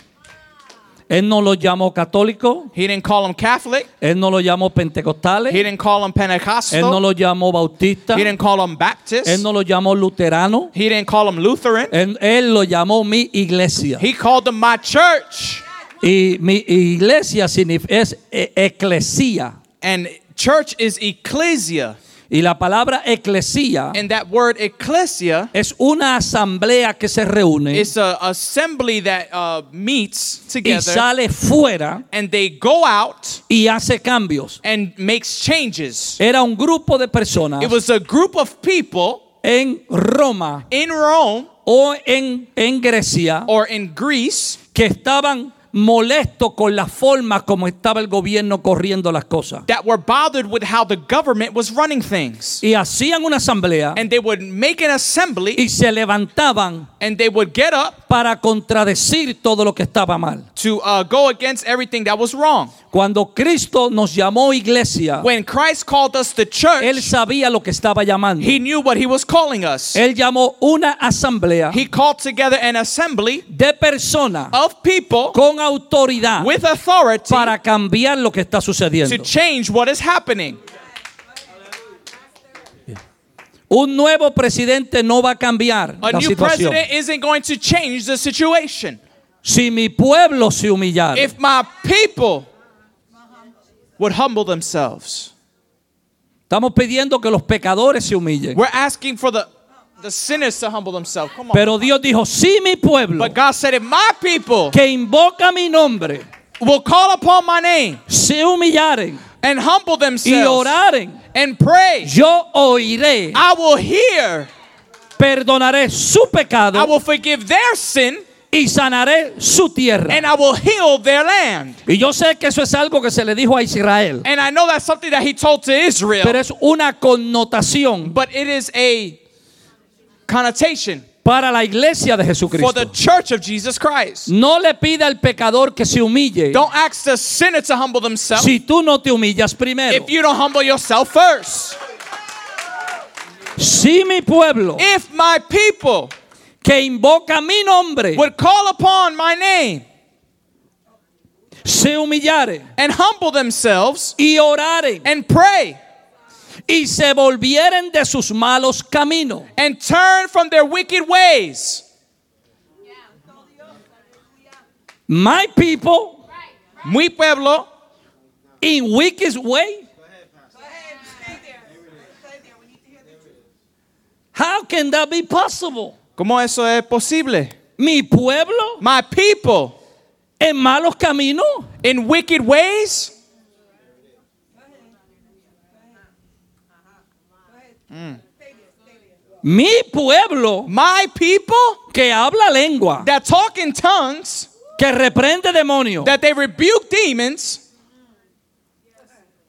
Speaker 1: Él no los llamó católicos,
Speaker 2: He didn't call them Catholic.
Speaker 1: él no los llamó
Speaker 2: He
Speaker 1: pentecostales,
Speaker 2: didn't call them
Speaker 1: él no
Speaker 2: Pentecostal.
Speaker 1: los llamó bautistas,
Speaker 2: He didn't call them Baptist.
Speaker 1: él no los llamó luteranos.
Speaker 2: He didn't call them Lutheran.
Speaker 1: Él, él lo llamó mi iglesia.
Speaker 2: He called them my church.
Speaker 1: Y mi iglesia signif- es e- eclesía.
Speaker 2: And church is ecclesia.
Speaker 1: Y la palabra eclesía
Speaker 2: And that word ecclesia
Speaker 1: es una asamblea que se reúne
Speaker 2: is a assembly that uh, meets
Speaker 1: y
Speaker 2: together
Speaker 1: sale fuera
Speaker 2: and they go out
Speaker 1: y hace cambios.
Speaker 2: and makes changes.
Speaker 1: Era un grupo de personas
Speaker 2: It was a group of people
Speaker 1: en Roma
Speaker 2: in Rome
Speaker 1: o en, en Grecia
Speaker 2: or in Greece
Speaker 1: que estaban molestos con la forma como estaba el gobierno corriendo las cosas.
Speaker 2: that were bothered with how the government was running things.
Speaker 1: Y hacían una asamblea
Speaker 2: And they would make an assembly
Speaker 1: y se levantaban
Speaker 2: and they would get up
Speaker 1: para contradecir todo lo que estaba mal.
Speaker 2: to uh, go against everything that was wrong.
Speaker 1: Cuando Cristo nos llamó iglesia,
Speaker 2: When Christ called us the
Speaker 1: Él
Speaker 2: church,
Speaker 1: sabía lo que estaba llamando.
Speaker 2: he knew what he was calling us.
Speaker 1: Él llamó una asamblea
Speaker 2: He called together an assembly
Speaker 1: de personas
Speaker 2: of people
Speaker 1: con autoridad
Speaker 2: with authority
Speaker 1: para cambiar lo que está
Speaker 2: to
Speaker 1: sucediendo.
Speaker 2: change what is happening.
Speaker 1: Un nuevo presidente no va a cambiar
Speaker 2: A
Speaker 1: la
Speaker 2: new
Speaker 1: situación.
Speaker 2: president isn't going to change the situation.
Speaker 1: Si mi pueblo se humillara,
Speaker 2: If my people would humble themselves.
Speaker 1: estamos pidiendo que los pecadores se humillen.
Speaker 2: We're asking for the the sinners to humble themselves. Come on.
Speaker 1: Pero Dios dijo, si mi pueblo
Speaker 2: but God said, if my people
Speaker 1: que invoca mi nombre
Speaker 2: will call upon my name
Speaker 1: se humillaren
Speaker 2: and humble
Speaker 1: y
Speaker 2: themselves
Speaker 1: oraren,
Speaker 2: and pray,
Speaker 1: yo oiré,
Speaker 2: I will hear,
Speaker 1: perdonaré su
Speaker 2: I
Speaker 1: pecado
Speaker 2: will forgive their sin,
Speaker 1: y sanaré su tierra.
Speaker 2: and I will heal their land.
Speaker 1: Y yo sé que eso es algo que se le dijo a Israel,
Speaker 2: And I know that's something that he told to Israel,
Speaker 1: pero es una connotación
Speaker 2: but it is a connotation
Speaker 1: para la iglesia de
Speaker 2: for the
Speaker 1: Jesucristo.
Speaker 2: church of Jesus Christ.
Speaker 1: No le pida al pecador que se humille
Speaker 2: Don't ask the sinner to humble themselves
Speaker 1: si tú no te humillas primero.
Speaker 2: if you don't humble yourself first.
Speaker 1: Si mi pueblo
Speaker 2: If my people
Speaker 1: que invoca mi nombre
Speaker 2: would call upon my name
Speaker 1: se humillare
Speaker 2: and humble themselves
Speaker 1: y oraren
Speaker 2: and pray
Speaker 1: y se volvieren de sus malos caminos,
Speaker 2: and turn from their wicked ways,
Speaker 1: my people
Speaker 2: mi pueblo
Speaker 1: in wicked way, how can that be possible?
Speaker 2: ¿Cómo eso es posible?
Speaker 1: Mi pueblo
Speaker 2: My people
Speaker 1: en malos caminos.
Speaker 2: in wicked ways?
Speaker 1: Mi pueblo
Speaker 2: My people
Speaker 1: que habla lengua,
Speaker 2: that talk in tongues,
Speaker 1: que reprende demonios,
Speaker 2: that they rebuke demons,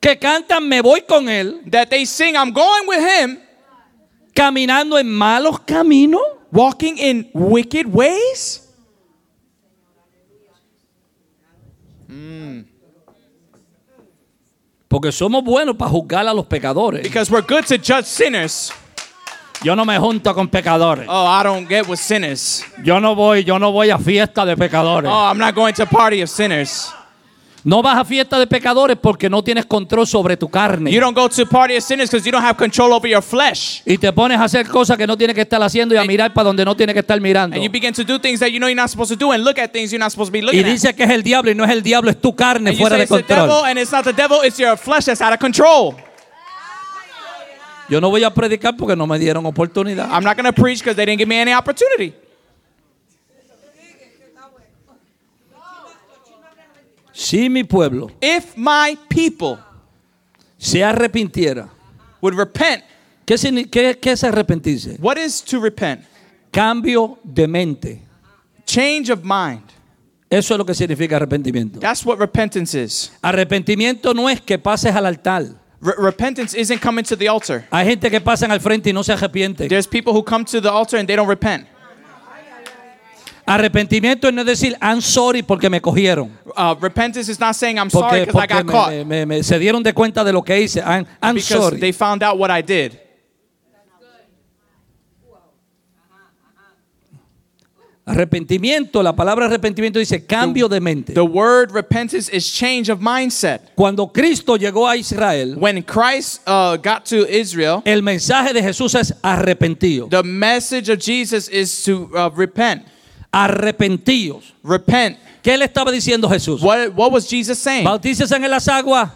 Speaker 1: que cantan me voy con él,
Speaker 2: that they sing, I'm going with him,
Speaker 1: caminando en malos caminos.
Speaker 2: walking in wicked ways?
Speaker 1: Porque somos buenos para juzgar a los pecadores.
Speaker 2: Because we're good to judge sinners.
Speaker 1: Yo no me junto con pecadores.
Speaker 2: Oh, I don't get with sinners.
Speaker 1: Yo no voy, yo no voy a fiesta de pecadores.
Speaker 2: Oh, I'm not going to party of sinners.
Speaker 1: No vas a fiesta de pecadores porque no tienes control sobre tu
Speaker 2: You
Speaker 1: carne.
Speaker 2: don't go to party of sinners because you don't have control over your flesh.
Speaker 1: Y te pones a hacer cosas que no tienes que estar haciendo y a mirar para donde no tienes que estar mirando.
Speaker 2: And you begin to do things that you know you're not supposed to do and look at things you're not supposed to be
Speaker 1: Y
Speaker 2: looking at.
Speaker 1: dice que es el diablo y no es el diablo, es tu carne
Speaker 2: And you
Speaker 1: fuera
Speaker 2: say
Speaker 1: de
Speaker 2: it's the devil
Speaker 1: control.
Speaker 2: and it's not the devil, it's your flesh that's out of control.
Speaker 1: Yo no voy a predicar porque no me dieron oportunidad.
Speaker 2: I'm not going to preach because they didn't give me any opportunity.
Speaker 1: Si mi pueblo
Speaker 2: If my people
Speaker 1: se arrepintiera,
Speaker 2: would repent,
Speaker 1: ¿qué, signi- qué- qué es arrepentirse?
Speaker 2: what is to repent?
Speaker 1: Cambio de mente.
Speaker 2: Change of mind.
Speaker 1: Eso es lo que significa arrepentimiento.
Speaker 2: That's what repentance is.
Speaker 1: Arrepentimiento no es que pases al altar.
Speaker 2: Re- repentance isn't coming to the altar.
Speaker 1: Hay gente que pasan al frente y no se arrepiente.
Speaker 2: There's people who come to the altar and they don't repent.
Speaker 1: Arrepentimiento es no decir, I'm sorry porque me cogieron.
Speaker 2: Uh, repentance is not saying I'm sorry
Speaker 1: Porque,
Speaker 2: because I
Speaker 1: porque
Speaker 2: got
Speaker 1: me-
Speaker 2: caught.
Speaker 1: me- me- me- se dieron de cuenta de lo que hice. I'm, I'm
Speaker 2: because
Speaker 1: sorry.
Speaker 2: they found out what I did.
Speaker 1: Arrepentimiento, la palabra arrepentimiento dice cambio de mente.
Speaker 2: The word repentance is change of mindset.
Speaker 1: Cuando Cristo llegó a Israel,
Speaker 2: When Christ uh, got to Israel,
Speaker 1: el mensaje de Jesús es arrepentido.
Speaker 2: the message of Jesus is to uh, repent.
Speaker 1: Arrepentidos.
Speaker 2: Repent.
Speaker 1: ¿Qué le estaba diciendo Jesús?
Speaker 2: What, what was Jesus saying?
Speaker 1: Bautícense en las aguas,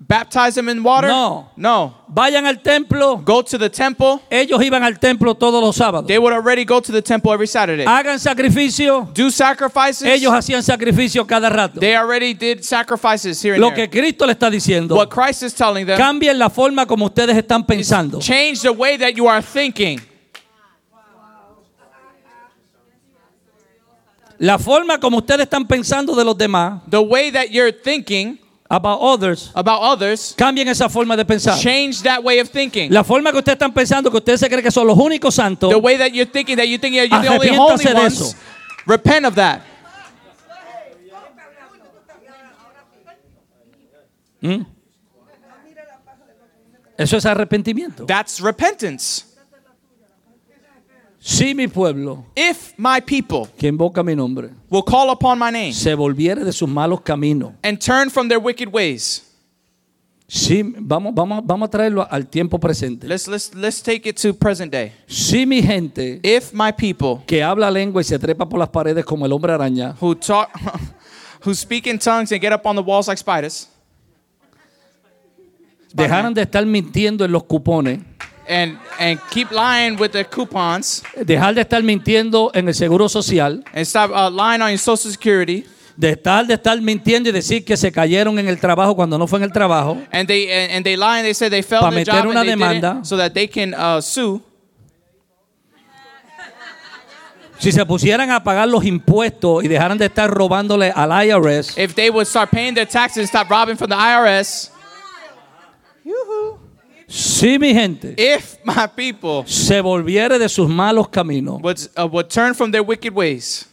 Speaker 2: Baptize him in water?
Speaker 1: No.
Speaker 2: No.
Speaker 1: vayan al templo.
Speaker 2: Go to the temple.
Speaker 1: Ellos iban al templo todos los sábados.
Speaker 2: They would already go to the temple every Saturday.
Speaker 1: Hagan sacrificio.
Speaker 2: Do sacrifices.
Speaker 1: Ellos hacían sacrificio cada rato.
Speaker 2: They already did sacrifices here and
Speaker 1: Lo
Speaker 2: there.
Speaker 1: que Cristo le está diciendo.
Speaker 2: What Christ is telling them,
Speaker 1: Cambien la forma como ustedes están pensando.
Speaker 2: change the way that you are thinking.
Speaker 1: La forma como ustedes están pensando de los demás,
Speaker 2: The way that you're thinking
Speaker 1: about others,
Speaker 2: about others,
Speaker 1: cambien esa forma de pensar.
Speaker 2: change that way of thinking.
Speaker 1: La forma que ustedes están pensando, que ustedes se creen que son los únicos santos,
Speaker 2: The way that you're thinking that you think you're the only holy
Speaker 1: Arrepiéntase de
Speaker 2: ones.
Speaker 1: eso.
Speaker 2: Repent of that.
Speaker 1: eso es arrepentimiento.
Speaker 2: That's repentance.
Speaker 1: Si mi pueblo,
Speaker 2: If my people
Speaker 1: que invoca mi nombre,
Speaker 2: will call upon my name
Speaker 1: se volviere de sus malos caminos,
Speaker 2: and turn from their wicked ways,
Speaker 1: si, vamos, vamos, vamos a traerlo al tiempo presente.
Speaker 2: let's let's let's take it to present day.
Speaker 1: Si mi gente,
Speaker 2: If my people
Speaker 1: que habla lengua y se trepa por las paredes como el hombre araña,
Speaker 2: who talk who speak in tongues and get up on the walls like spiders
Speaker 1: dejaran de estar mintiendo en los cupones,
Speaker 2: and and keep lying with their coupons
Speaker 1: dejar de estar mintiendo en el seguro social,
Speaker 2: and stop uh, lying on your social security
Speaker 1: de tal de estar mintiendo y decir que se cayeron en el trabajo cuando no fue en el trabajo,
Speaker 2: And they and, and they lie and they say they failed
Speaker 1: Pa'
Speaker 2: their
Speaker 1: meter
Speaker 2: job
Speaker 1: una
Speaker 2: and they did
Speaker 1: demanda.
Speaker 2: it so that they can uh, sue.
Speaker 1: si se pusieran a pagar los impuestos y dejaran de estar robándole al IRS,
Speaker 2: If they would start paying their taxes and stop robbing from the IRS,
Speaker 1: si mi gente
Speaker 2: if my people
Speaker 1: se volviere de sus malos caminos,
Speaker 2: would uh, would turn from their wicked ways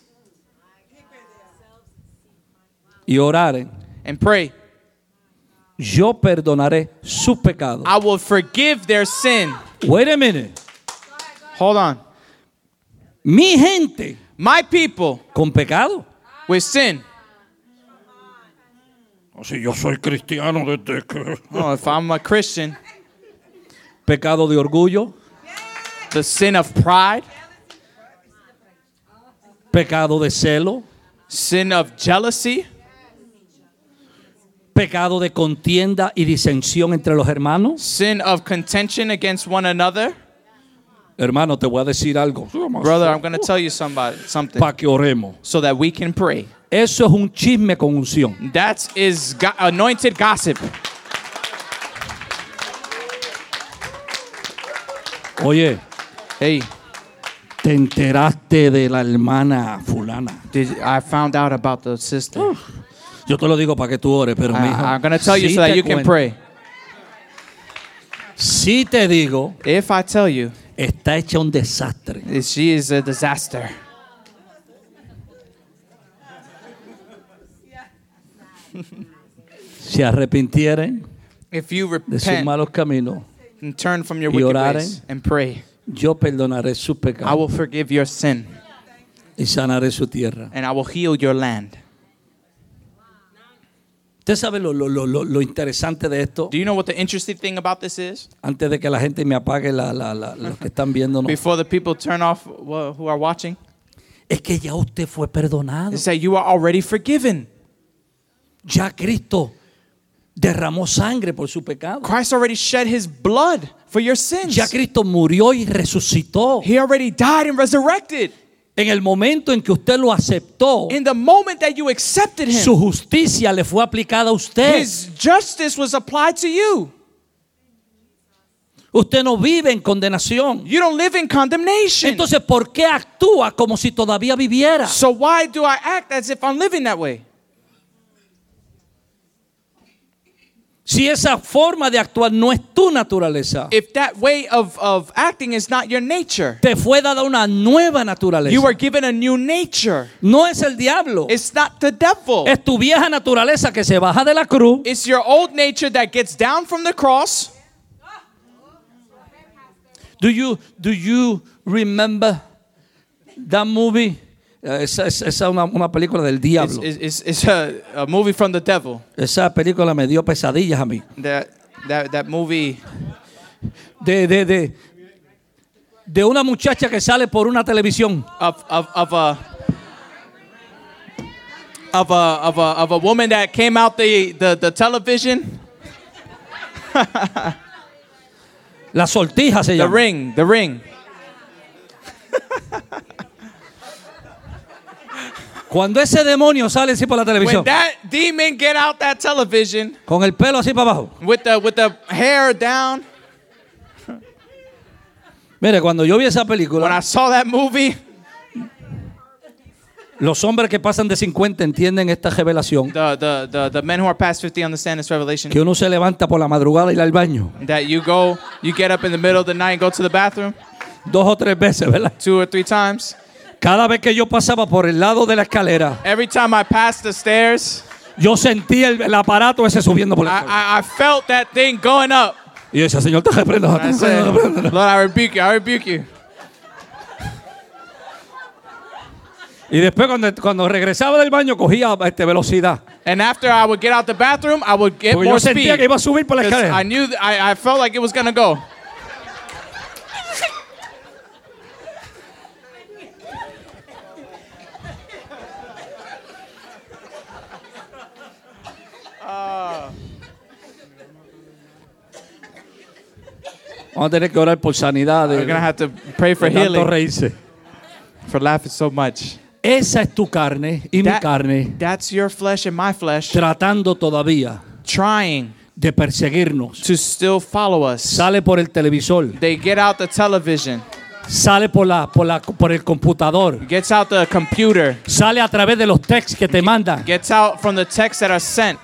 Speaker 1: y oraren,
Speaker 2: and pray,
Speaker 1: yo perdonaré sus pecados.
Speaker 2: I will forgive their sin.
Speaker 1: Wait a minute.
Speaker 2: Hold on,
Speaker 1: Mi gente
Speaker 2: my people
Speaker 1: con pecado.
Speaker 2: with sin.
Speaker 1: Si yo soy cristiano desde que.
Speaker 2: Oh, if I'm a Christian,
Speaker 1: Pecado de orgullo,
Speaker 2: the sin of pride,
Speaker 1: pecado de celo,
Speaker 2: sin of jealousy,
Speaker 1: pecado de contienda y disensión entre los hermanos.
Speaker 2: sin of contention against one another.
Speaker 1: Hermano, te voy a decir algo.
Speaker 2: Brother, I'm going to tell you somebody something
Speaker 1: Para que oremos.
Speaker 2: so that we can pray.
Speaker 1: Eso es un chisme con unción.
Speaker 2: That is go- anointed gossip.
Speaker 1: Oye,
Speaker 2: Hey,
Speaker 1: te enteraste de la hermana fulana.
Speaker 2: did I found out about the sister.
Speaker 1: Yo te lo digo para que tú ores, pero
Speaker 2: I,
Speaker 1: mijo,
Speaker 2: I'm going to tell you
Speaker 1: sí
Speaker 2: so that
Speaker 1: te
Speaker 2: you can
Speaker 1: cuento.
Speaker 2: pray.
Speaker 1: Sí te digo,
Speaker 2: If I tell you,
Speaker 1: está hecha un desastre.
Speaker 2: she is a disaster.
Speaker 1: Se arrepintieren
Speaker 2: If you
Speaker 1: de sus
Speaker 2: repent
Speaker 1: malos caminos,
Speaker 2: and turn from your
Speaker 1: Y
Speaker 2: wicked
Speaker 1: oraren.
Speaker 2: ways and pray,
Speaker 1: yo perdonaré sus
Speaker 2: I
Speaker 1: pecados
Speaker 2: will forgive your sin
Speaker 1: y sanaré su tierra.
Speaker 2: and I will heal your land.
Speaker 1: Usted sabe lo, lo- lo- lo- lo interesante de esto.
Speaker 2: Do you know what the interesting thing about this is?
Speaker 1: Antes de que la gente me apague la, la- la- los que están viéndonos,
Speaker 2: Before the people turn off wh- who are watching,
Speaker 1: es que ya usted fue perdonado.
Speaker 2: is that you are already forgiven.
Speaker 1: Ya Cristo derramó sangre por su pecado.
Speaker 2: Christ already shed his blood for your sins.
Speaker 1: Ya Cristo murió y resucitó.
Speaker 2: He already died and resurrected.
Speaker 1: En el momento en que usted lo aceptó,
Speaker 2: In the moment that you accepted him,
Speaker 1: su justicia le fue aplicada a usted.
Speaker 2: his justice was applied to you.
Speaker 1: Usted no vive en condenación.
Speaker 2: You don't live in condemnation.
Speaker 1: Entonces, ¿por qué actúa como si todavía viviera?
Speaker 2: so why do I act as if I'm living that way?
Speaker 1: Si esa forma de actuar no es tu naturaleza,
Speaker 2: If that way of, of acting is not your nature,
Speaker 1: te fue dada una nueva
Speaker 2: you
Speaker 1: naturaleza.
Speaker 2: are given a new nature.
Speaker 1: No es el diablo,
Speaker 2: It's not the devil.
Speaker 1: es tu vieja naturaleza que se baja de la cruz
Speaker 2: It's your old nature that gets down from the cross.
Speaker 1: Do you do you remember that movie? Eh, Esa esa- esa es una, una película del
Speaker 2: It's,
Speaker 1: diablo.
Speaker 2: it's, it's a, a movie from the devil.
Speaker 1: Esa película me dio pesadillas a mí.
Speaker 2: That, that, that movie.
Speaker 1: De, de, de, de una muchacha que sale por una televisión.
Speaker 2: of of of a of a of a of a woman that came out the the, the television,
Speaker 1: La sortija se
Speaker 2: the
Speaker 1: llama.
Speaker 2: ring, the ring.
Speaker 1: Cuando ese demonio sale así por la televisión,
Speaker 2: When that demon get out that television
Speaker 1: con el pelo así para abajo.
Speaker 2: with the with the hair down,
Speaker 1: Mire, cuando yo vi esa
Speaker 2: when I
Speaker 1: película,
Speaker 2: saw that movie,
Speaker 1: los hombres que pasan de 50 entienden esta revelación.
Speaker 2: the the the, the men who are past 50 understand this revelation
Speaker 1: Que uno se levanta por la madrugada y va al baño.
Speaker 2: that you go, you get up in the middle of the night and go to the bathroom
Speaker 1: Dos o tres veces, ¿verdad?
Speaker 2: two or three times.
Speaker 1: Cada vez que yo pasaba por el lado de la escalera,
Speaker 2: Every time I passed the stairs,
Speaker 1: Yo sentí el, el aparato ese subiendo por la
Speaker 2: I, I, I felt that thing going up.
Speaker 1: Y yo decía, Señor, te reprendo.
Speaker 2: I said, Lord, I rebuke you. I rebuke you.
Speaker 1: Y después cuando, cuando regresaba del baño cogía este, velocidad.
Speaker 2: And after I would get out the bathroom, I would get
Speaker 1: Porque
Speaker 2: more
Speaker 1: yo sentía que
Speaker 2: speed.
Speaker 1: iba a subir por la
Speaker 2: 'Cause I
Speaker 1: escalera.
Speaker 2: knew th- I, I felt like it was gonna go.
Speaker 1: Vamos a tener que orar por sanidad. de-
Speaker 2: We're gonna have to pray for
Speaker 1: de tanto
Speaker 2: healing.
Speaker 1: reírse.
Speaker 2: For laughing so much.
Speaker 1: Esa es tu carne y mi
Speaker 2: That-
Speaker 1: carne
Speaker 2: That's your flesh and my flesh
Speaker 1: tratando todavía
Speaker 2: trying
Speaker 1: de perseguirnos.
Speaker 2: to still follow us.
Speaker 1: Sale por el televisor,
Speaker 2: They get out the television,
Speaker 1: sale por, la, por, la, por el computador,
Speaker 2: gets out the computer,
Speaker 1: sale a través de los texts que te mandan,
Speaker 2: gets out from the texts that are sent,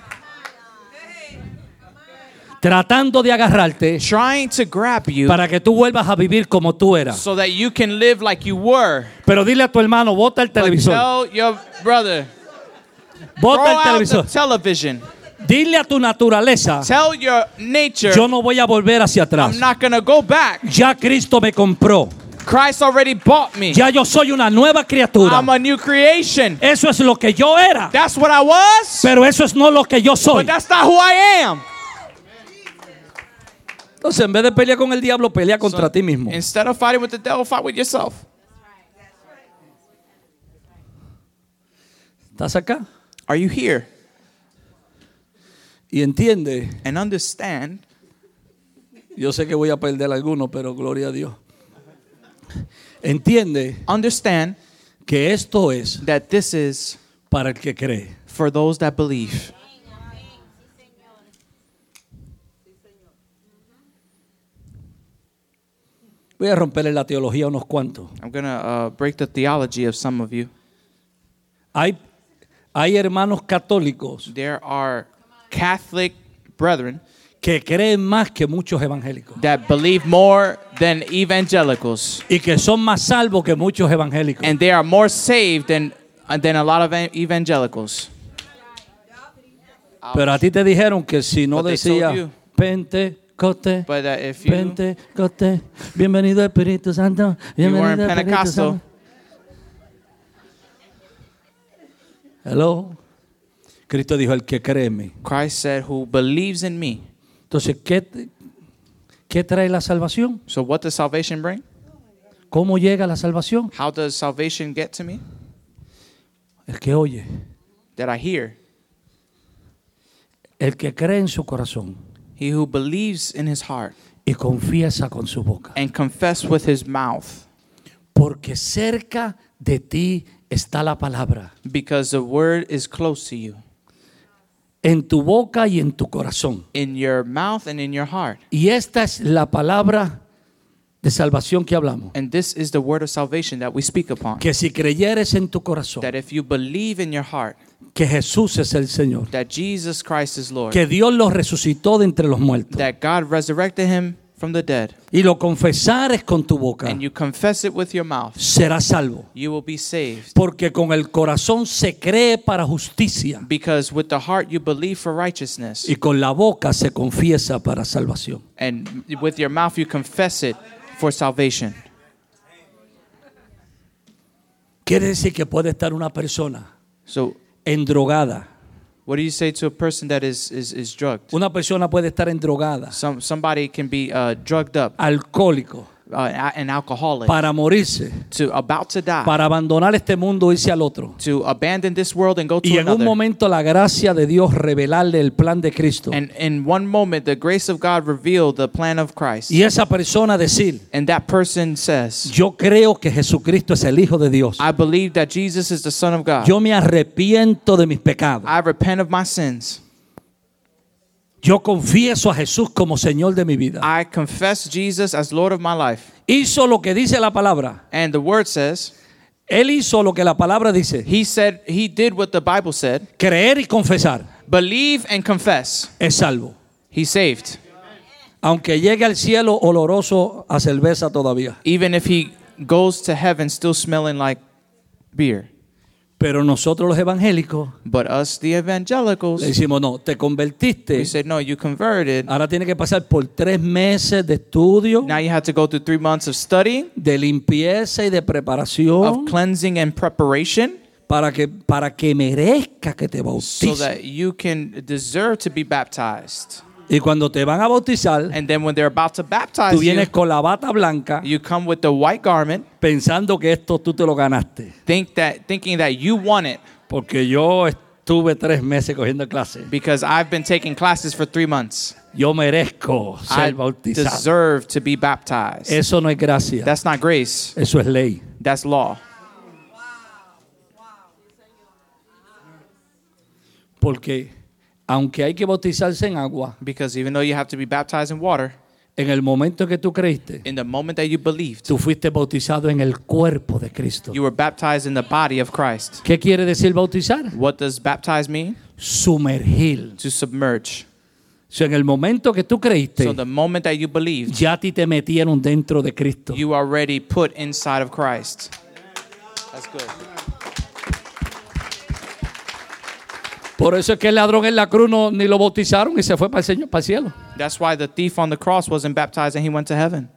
Speaker 1: tratando de agarrarte
Speaker 2: trying to grab you
Speaker 1: para que tú vuelvas a vivir como tú eras.
Speaker 2: so that you can live like you were.
Speaker 1: Pero dile a tu hermano, bota el
Speaker 2: But
Speaker 1: televisor,
Speaker 2: tell your brother, throw
Speaker 1: bota el
Speaker 2: out the
Speaker 1: televisor.
Speaker 2: television.
Speaker 1: Dile a tu naturaleza,
Speaker 2: Tell your nature,
Speaker 1: yo no voy a volver hacia atrás.
Speaker 2: I'm not gonna go back.
Speaker 1: Ya Cristo me compró.
Speaker 2: Christ already bought me.
Speaker 1: Ya yo soy una nueva criatura.
Speaker 2: I'm a new creation.
Speaker 1: Eso es lo que yo era.
Speaker 2: That's what I was,
Speaker 1: Pero eso es no lo que yo soy.
Speaker 2: but that's not who I am.
Speaker 1: Entonces, en vez de pelear con el diablo, pelea contra ti mismo.
Speaker 2: Instead of fighting with the devil, fight with yourself.
Speaker 1: Estás acá
Speaker 2: Are you here?
Speaker 1: y entiende.
Speaker 2: And understand,
Speaker 1: Yo sé que voy a perder alguno, pero gloria a Dios. Entiende
Speaker 2: understand
Speaker 1: que esto es
Speaker 2: that this is
Speaker 1: para el que cree.
Speaker 2: for those that believe.
Speaker 1: Voy a romperle la teología a unos cuantos.
Speaker 2: I'm gonna uh, break the theology of some of you.
Speaker 1: Hay, hay hermanos católicos
Speaker 2: There are Catholic brethren
Speaker 1: que creen más que muchos evangélicos
Speaker 2: that believe more than evangelicals,
Speaker 1: y que son más salvos que muchos evangélicos.
Speaker 2: and they are more saved than uh, than a lot of e- evangelicals.
Speaker 1: Pero a ti te dijeron que si no
Speaker 2: But they told
Speaker 1: decía
Speaker 2: you.
Speaker 1: Pentecote,
Speaker 2: But that if you
Speaker 1: Pentecote, bienvenido Espíritu Santo,
Speaker 2: You
Speaker 1: bienvenido
Speaker 2: weren't
Speaker 1: Espíritu
Speaker 2: Pentecostal.
Speaker 1: Santo. Hello. Cristo dijo, el que cree en mí.
Speaker 2: Christ said, "Who believes in me."
Speaker 1: Entonces, ¿qué, te- ¿qué trae la salvación?
Speaker 2: So, what does salvation bring?
Speaker 1: ¿Cómo llega la salvación?
Speaker 2: How does salvation get to me?
Speaker 1: El que oye,
Speaker 2: That I hear.
Speaker 1: el que cree en su corazón
Speaker 2: He who believes in his heart
Speaker 1: y confiesa con su boca.
Speaker 2: and confess with his mouth,
Speaker 1: Porque cerca de ti está la palabra.
Speaker 2: because the word is close to you,
Speaker 1: en tu boca y en tu corazón.
Speaker 2: in your mouth and in your heart.
Speaker 1: Y esta es la palabra de salvación que hablamos.
Speaker 2: And this is the word of salvation that we speak upon.
Speaker 1: Que si creyeres en tu corazón
Speaker 2: That if you believe in your heart
Speaker 1: que Jesús es el Señor,
Speaker 2: that Jesus Christ is Lord,
Speaker 1: que Dios lo resucitó de entre los muertos,
Speaker 2: that God resurrected him from the dead,
Speaker 1: y lo confesares con tu boca,
Speaker 2: and you confess it with your mouth,
Speaker 1: serás salvo.
Speaker 2: you will be saved.
Speaker 1: Porque con el corazón se cree para justicia
Speaker 2: Because with the heart you believe for righteousness,
Speaker 1: y con la boca se confiesa para salvación.
Speaker 2: and with your mouth you confess it for salvation.
Speaker 1: Quiere decir que puede estar una persona
Speaker 2: So,
Speaker 1: endrogada.
Speaker 2: what do you say to a person that is, is, is drugged?
Speaker 1: Una persona puede estar endrogada,
Speaker 2: Some, somebody can be uh, drugged up,
Speaker 1: alcohólico,
Speaker 2: uh, an alcoholic,
Speaker 1: para morirse.
Speaker 2: to about to die,
Speaker 1: para abandonar este mundo, irse al otro.
Speaker 2: to abandon this world and go to
Speaker 1: Y en un
Speaker 2: another.
Speaker 1: momento la gracia de Dios revelarle el plan de Cristo.
Speaker 2: And in one moment, the grace of God revealed the plan of Christ.
Speaker 1: Y esa persona decir,
Speaker 2: And that person says,
Speaker 1: yo creo que Jesucristo es el Hijo de Dios.
Speaker 2: I believe that Jesus is the Son of God.
Speaker 1: Yo me arrepiento de mis pecados.
Speaker 2: I repent of my sins.
Speaker 1: Yo confieso a Jesús como Señor de mi vida.
Speaker 2: I confess Jesus as Lord of my life.
Speaker 1: Hizo lo que dice la palabra.
Speaker 2: And the word says,
Speaker 1: Él hizo lo que la palabra dice.
Speaker 2: He said, He did what the Bible said
Speaker 1: Creer y confesar
Speaker 2: believe and confess.
Speaker 1: es salvo.
Speaker 2: He saved.
Speaker 1: Aunque llegue al cielo oloroso a cerveza todavía.
Speaker 2: Even if he goes to heaven still smelling like beer.
Speaker 1: Pero nosotros los evangélicos
Speaker 2: But us, the evangelicals,
Speaker 1: le decimos, no, te convertiste
Speaker 2: we said, No, you converted.
Speaker 1: Ahora tiene que pasar por tres meses de estudio,
Speaker 2: Now you have to go through three months of studying,
Speaker 1: de limpieza y de
Speaker 2: of
Speaker 1: preparación
Speaker 2: cleansing and preparation.
Speaker 1: para que, para que merezca que te
Speaker 2: so
Speaker 1: bauticen.
Speaker 2: that you can deserve to be baptized.
Speaker 1: Y cuando te van a bautizar,
Speaker 2: And then when they're about to
Speaker 1: tú
Speaker 2: baptize you,
Speaker 1: vienes con la bata blanca
Speaker 2: you come with the white garment,
Speaker 1: pensando que esto tú te lo ganaste.
Speaker 2: think that thinking that you want it
Speaker 1: Porque yo estuve tres meses cogiendo clases.
Speaker 2: because I've been taking classes for 3 months.
Speaker 1: Yo merezco
Speaker 2: I
Speaker 1: ser bautizado.
Speaker 2: deserve to be baptized.
Speaker 1: Eso no es gracia.
Speaker 2: That's not grace.
Speaker 1: Eso es ley.
Speaker 2: That's law.
Speaker 1: Porque aunque hay que bautizarse en agua,
Speaker 2: Because even though you have to be baptized in water,
Speaker 1: en el momento que tú creíste,
Speaker 2: in the moment that you believed,
Speaker 1: tú fuiste bautizado en el cuerpo de Cristo.
Speaker 2: you were baptized in the body of Christ.
Speaker 1: ¿Qué quiere decir bautizar?
Speaker 2: What does baptize mean?
Speaker 1: Sumergir.
Speaker 2: To submerge.
Speaker 1: O sea, en el momento que tú creíste,
Speaker 2: So the moment that you believed,
Speaker 1: ya a ti te metieron dentro de Cristo.
Speaker 2: you are already put inside of Christ. That's good.
Speaker 1: Por eso es que el ladrón en la cruz no, ni lo bautizaron y se fue para el Señor, para el cielo.
Speaker 2: That's why the thief on the cross wasn't baptized and he went to heaven.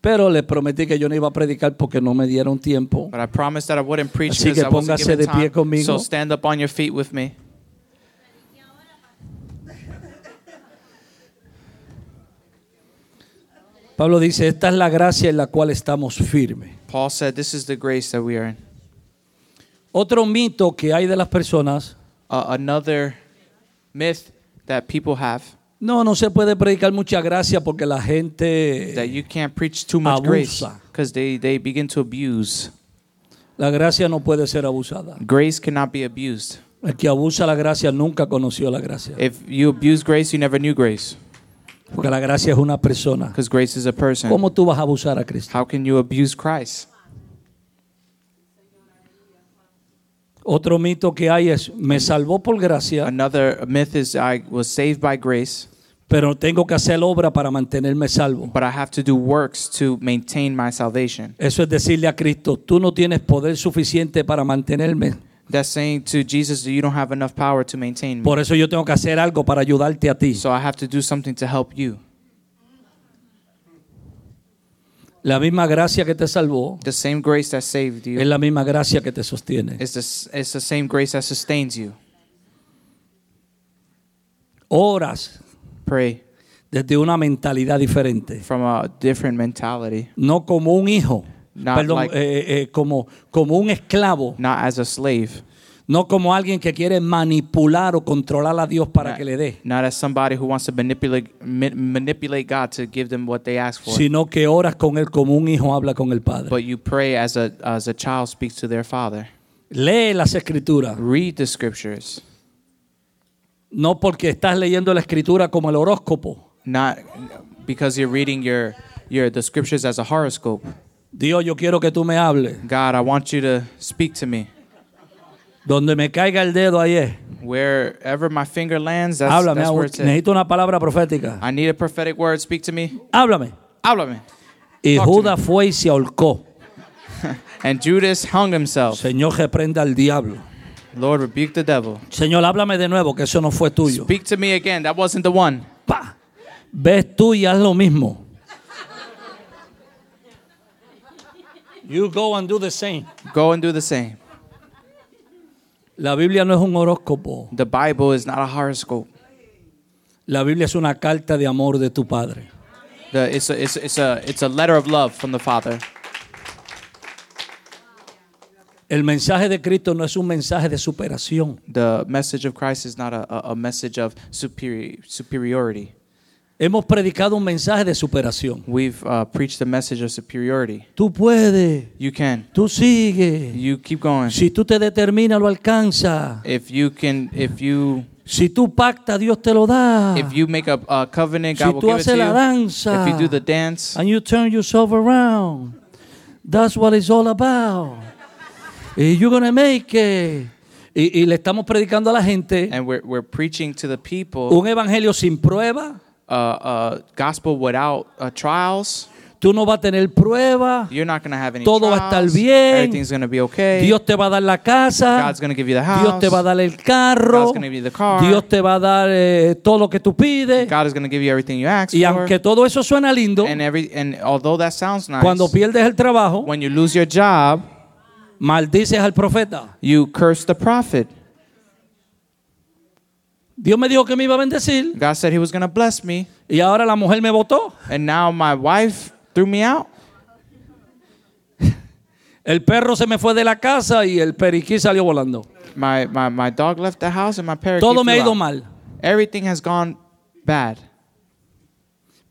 Speaker 1: Pero les prometí que yo no iba a predicar porque no me dieron tiempo.
Speaker 2: But I promised that I wouldn't preach
Speaker 1: Así
Speaker 2: because
Speaker 1: que
Speaker 2: I wasn't
Speaker 1: póngase
Speaker 2: given
Speaker 1: de pie
Speaker 2: time.
Speaker 1: conmigo.
Speaker 2: So stand up on your feet with me.
Speaker 1: Pablo dice, esta es la gracia en la cual estamos firmes.
Speaker 2: Paul said, "This is the grace that we are in."
Speaker 1: Otro mito que hay de las personas,
Speaker 2: Uh, another myth that people have
Speaker 1: no, no se puede predicar mucha gracia porque la
Speaker 2: that
Speaker 1: gente,
Speaker 2: you can't preach too much grace
Speaker 1: Abusa.
Speaker 2: because they, they begin to abuse.
Speaker 1: la gracia no puede ser abusada.
Speaker 2: Grace cannot be abused.
Speaker 1: El que abusa la gracia nunca conoció la gracia.
Speaker 2: If you abuse grace, you never knew grace
Speaker 1: Porque la gracia es una persona.
Speaker 2: because grace is a person.
Speaker 1: ¿Cómo tú vas a abusar a Cristo?
Speaker 2: How can you abuse Christ?
Speaker 1: Otro mito que hay es, me salvó por gracia,
Speaker 2: Another myth is I was saved by grace,
Speaker 1: pero tengo que hacer obra para mantenerme salvo.
Speaker 2: but I have to do works to maintain my salvation.
Speaker 1: Eso es decirle a Cristo, tú no tienes poder suficiente para mantenerme.
Speaker 2: That's saying to Jesus that you don't have enough power to maintain me.
Speaker 1: Por eso yo tengo que hacer algo para ayudarte a ti.
Speaker 2: So I have to do something to help you.
Speaker 1: La misma gracia que te salvó
Speaker 2: The same grace that saved
Speaker 1: es
Speaker 2: you
Speaker 1: la misma gracia que te sostiene.
Speaker 2: is the, s- is the same grace that sustains you.
Speaker 1: Oras
Speaker 2: Pray
Speaker 1: desde una mentalidad diferente.
Speaker 2: from a different mentality,
Speaker 1: No como un hijo,
Speaker 2: Not
Speaker 1: perdón,
Speaker 2: like-
Speaker 1: eh, eh, como, como un esclavo,
Speaker 2: not as a slave,
Speaker 1: no como alguien que quiere manipular o controlar a Dios para que le dé,
Speaker 2: not as somebody who wants to manipulate ma- manipulate God to give them what they ask for,
Speaker 1: sino que oras con Él como un hijo habla con el Padre.
Speaker 2: but you pray as a as a child speaks to their father.
Speaker 1: Lee las escrituras,
Speaker 2: Read the scriptures,
Speaker 1: no porque estás leyendo la escritura como el horóscopo.
Speaker 2: not because you're reading your your the scriptures as a horoscope.
Speaker 1: Dios, yo quiero que tú me hables.
Speaker 2: God, I want you to speak to me.
Speaker 1: Donde me caiga el dedo ahí es.
Speaker 2: Wherever my finger lands, that's,
Speaker 1: Háblame,
Speaker 2: that's
Speaker 1: ah,
Speaker 2: where it's at.
Speaker 1: necesito una palabra profética.
Speaker 2: I need a prophetic word. Speak to me.
Speaker 1: Háblame.
Speaker 2: Háblame.
Speaker 1: Y
Speaker 2: Talk to
Speaker 1: Judas fue y se ahorcó.
Speaker 2: And Judas hung himself.
Speaker 1: Señor, reprenda al diablo.
Speaker 2: Lord, rebuke the devil.
Speaker 1: Señor, háblame de nuevo, que eso no fue tuyo.
Speaker 2: Speak to me again. That wasn't the one.
Speaker 1: Pa. Ves tú y haz lo mismo. You go and do the same.
Speaker 2: Go and do the same.
Speaker 1: La Biblia no es un horóscopo.
Speaker 2: The Bible is not a horoscope.
Speaker 1: La Biblia es una carta de amor de tu Padre.
Speaker 2: The, it's, a, it's, it's, a, it's a letter of love from the Father.
Speaker 1: El mensaje de Cristo no es un mensaje de superación.
Speaker 2: The message of Christ is not a, a, a message of superior, superiority.
Speaker 1: Hemos predicado un mensaje de superación.
Speaker 2: We've uh, preached the message of superiority.
Speaker 1: Tú puedes,
Speaker 2: You can.
Speaker 1: tú sigues.
Speaker 2: You keep going.
Speaker 1: Si tú te determinas, lo alcanza.
Speaker 2: If you can, if you,
Speaker 1: Si tú pactas, Dios te lo da.
Speaker 2: if you make a, a covenant,
Speaker 1: Si
Speaker 2: God will
Speaker 1: tú
Speaker 2: give it
Speaker 1: haces
Speaker 2: to
Speaker 1: la
Speaker 2: you.
Speaker 1: danza.
Speaker 2: If you do the dance,
Speaker 1: And you turn yourself around. That's what it's all about. Y you're gonna make it. Y, y le estamos predicando a la gente
Speaker 2: and we're, we're preaching to the people
Speaker 1: un evangelio sin prueba.
Speaker 2: uh, uh, gospel without uh, trials.
Speaker 1: Tú no vas a tener prueba.
Speaker 2: You're not going to have any
Speaker 1: Todo va a
Speaker 2: trials.
Speaker 1: estar bien.
Speaker 2: Everything's going to be okay.
Speaker 1: Dios te va a dar la casa.
Speaker 2: God's going to give you the house.
Speaker 1: Dios te va a dar el carro.
Speaker 2: God's gonna give you the car.
Speaker 1: Dios te va a dar eh, todo lo que tú pides.
Speaker 2: God is going to give you everything you ask
Speaker 1: Y
Speaker 2: for.
Speaker 1: aunque todo eso suena lindo,
Speaker 2: and every and although that sounds nice,
Speaker 1: cuando pierdes el trabajo,
Speaker 2: when you lose your job,
Speaker 1: maldices al profeta.
Speaker 2: you curse the prophet.
Speaker 1: Dios me dijo que me iba a bendecir
Speaker 2: God said He was going to bless me,
Speaker 1: y ahora la mujer me votó.
Speaker 2: and now my wife threw me out.
Speaker 1: El perro se me fue de la casa y el periquí salió volando.
Speaker 2: My my, my dog left the house, and my parrot.
Speaker 1: Todo me ha ido mal.
Speaker 2: Everything has gone bad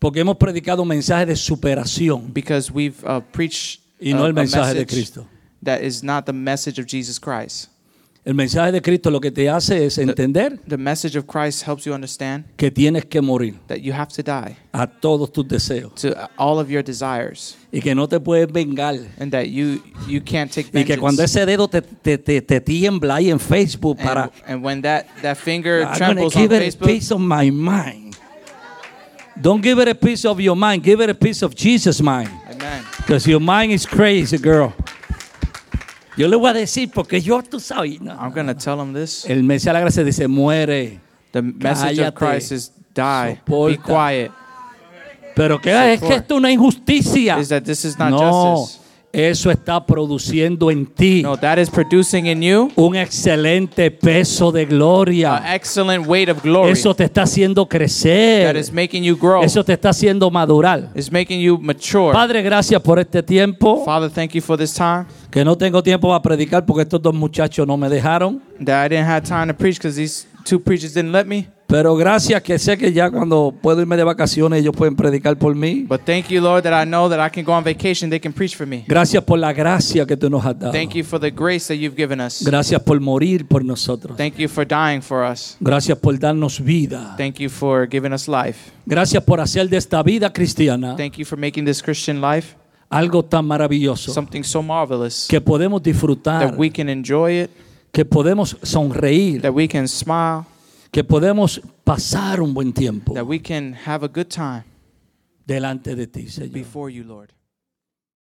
Speaker 1: Porque hemos predicado un mensaje de superación.
Speaker 2: because we've uh, preached
Speaker 1: Y no
Speaker 2: a-
Speaker 1: el
Speaker 2: a
Speaker 1: mensaje de
Speaker 2: message
Speaker 1: Cristo.
Speaker 2: that is not the message of Jesus Christ.
Speaker 1: El mensaje de Cristo lo que te hace es entender
Speaker 2: The message of Christ helps you understand
Speaker 1: que tienes que morir
Speaker 2: that you have to die
Speaker 1: a todos tus deseos
Speaker 2: to all of your desires
Speaker 1: y que no te puedes vengar.
Speaker 2: and that you you can't take
Speaker 1: Y que cuando
Speaker 2: vengeance.
Speaker 1: ese dedo te, te, te, te tiembla ahí en Facebook para...
Speaker 2: And, and when that, that finger
Speaker 1: I'm gonna
Speaker 2: trembles on
Speaker 1: give it a
Speaker 2: Facebook,
Speaker 1: piece of my mind. Don't give it a piece of your mind. Give it a piece of Jesus' mind.
Speaker 2: amen.
Speaker 1: Because your mind is crazy, girl. Yo le voy a decir porque yo, tú sabes. no.
Speaker 2: I'm going to tell him this.
Speaker 1: El Mesías de la Gracia dice, muere.
Speaker 2: The message
Speaker 1: Eh, Cállate.
Speaker 2: of Christ is die, be
Speaker 1: Soporta.
Speaker 2: quiet.
Speaker 1: Pero que "Ah, es que esto es una injusticia.
Speaker 2: Is that this is not
Speaker 1: No,
Speaker 2: justice?
Speaker 1: eso está produciendo en ti
Speaker 2: No, that is producing in you
Speaker 1: un excelente peso de
Speaker 2: an
Speaker 1: gloria.
Speaker 2: excellent weight of Ah, eh, glory
Speaker 1: Eso te está haciendo
Speaker 2: that
Speaker 1: crecer.
Speaker 2: is making you grow,
Speaker 1: Eso te está haciendo madurar.
Speaker 2: is making you mature.
Speaker 1: Padre, gracias por este tiempo.
Speaker 2: Father, thank you for this time
Speaker 1: que no tengo tiempo para predicar porque estos dos muchachos no me dejaron.
Speaker 2: that I didn't have time to preach because these two preachers didn't let me.
Speaker 1: Pero gracias que sé que ya cuando puedo irme de vacaciones ellos pueden predicar por mí.
Speaker 2: But thank you, Lord, that I know that I can go on vacation, they can preach for me.
Speaker 1: Gracias por la gracia que tú nos has dado.
Speaker 2: Thank you for the grace that you've given us.
Speaker 1: Gracias por morir por nosotros.
Speaker 2: Thank you for dying for us.
Speaker 1: Gracias por darnos vida.
Speaker 2: Thank you for giving us life.
Speaker 1: Gracias por hacer de esta vida cristiana
Speaker 2: Thank you for making this Christian life
Speaker 1: algo tan maravilloso
Speaker 2: something so marvelous
Speaker 1: que podemos disfrutar,
Speaker 2: that we can enjoy it,
Speaker 1: que podemos sonreír,
Speaker 2: that we can smile,
Speaker 1: que podemos pasar un buen tiempo
Speaker 2: that we can have a good time
Speaker 1: delante de ti, Señor.
Speaker 2: before you, Lord.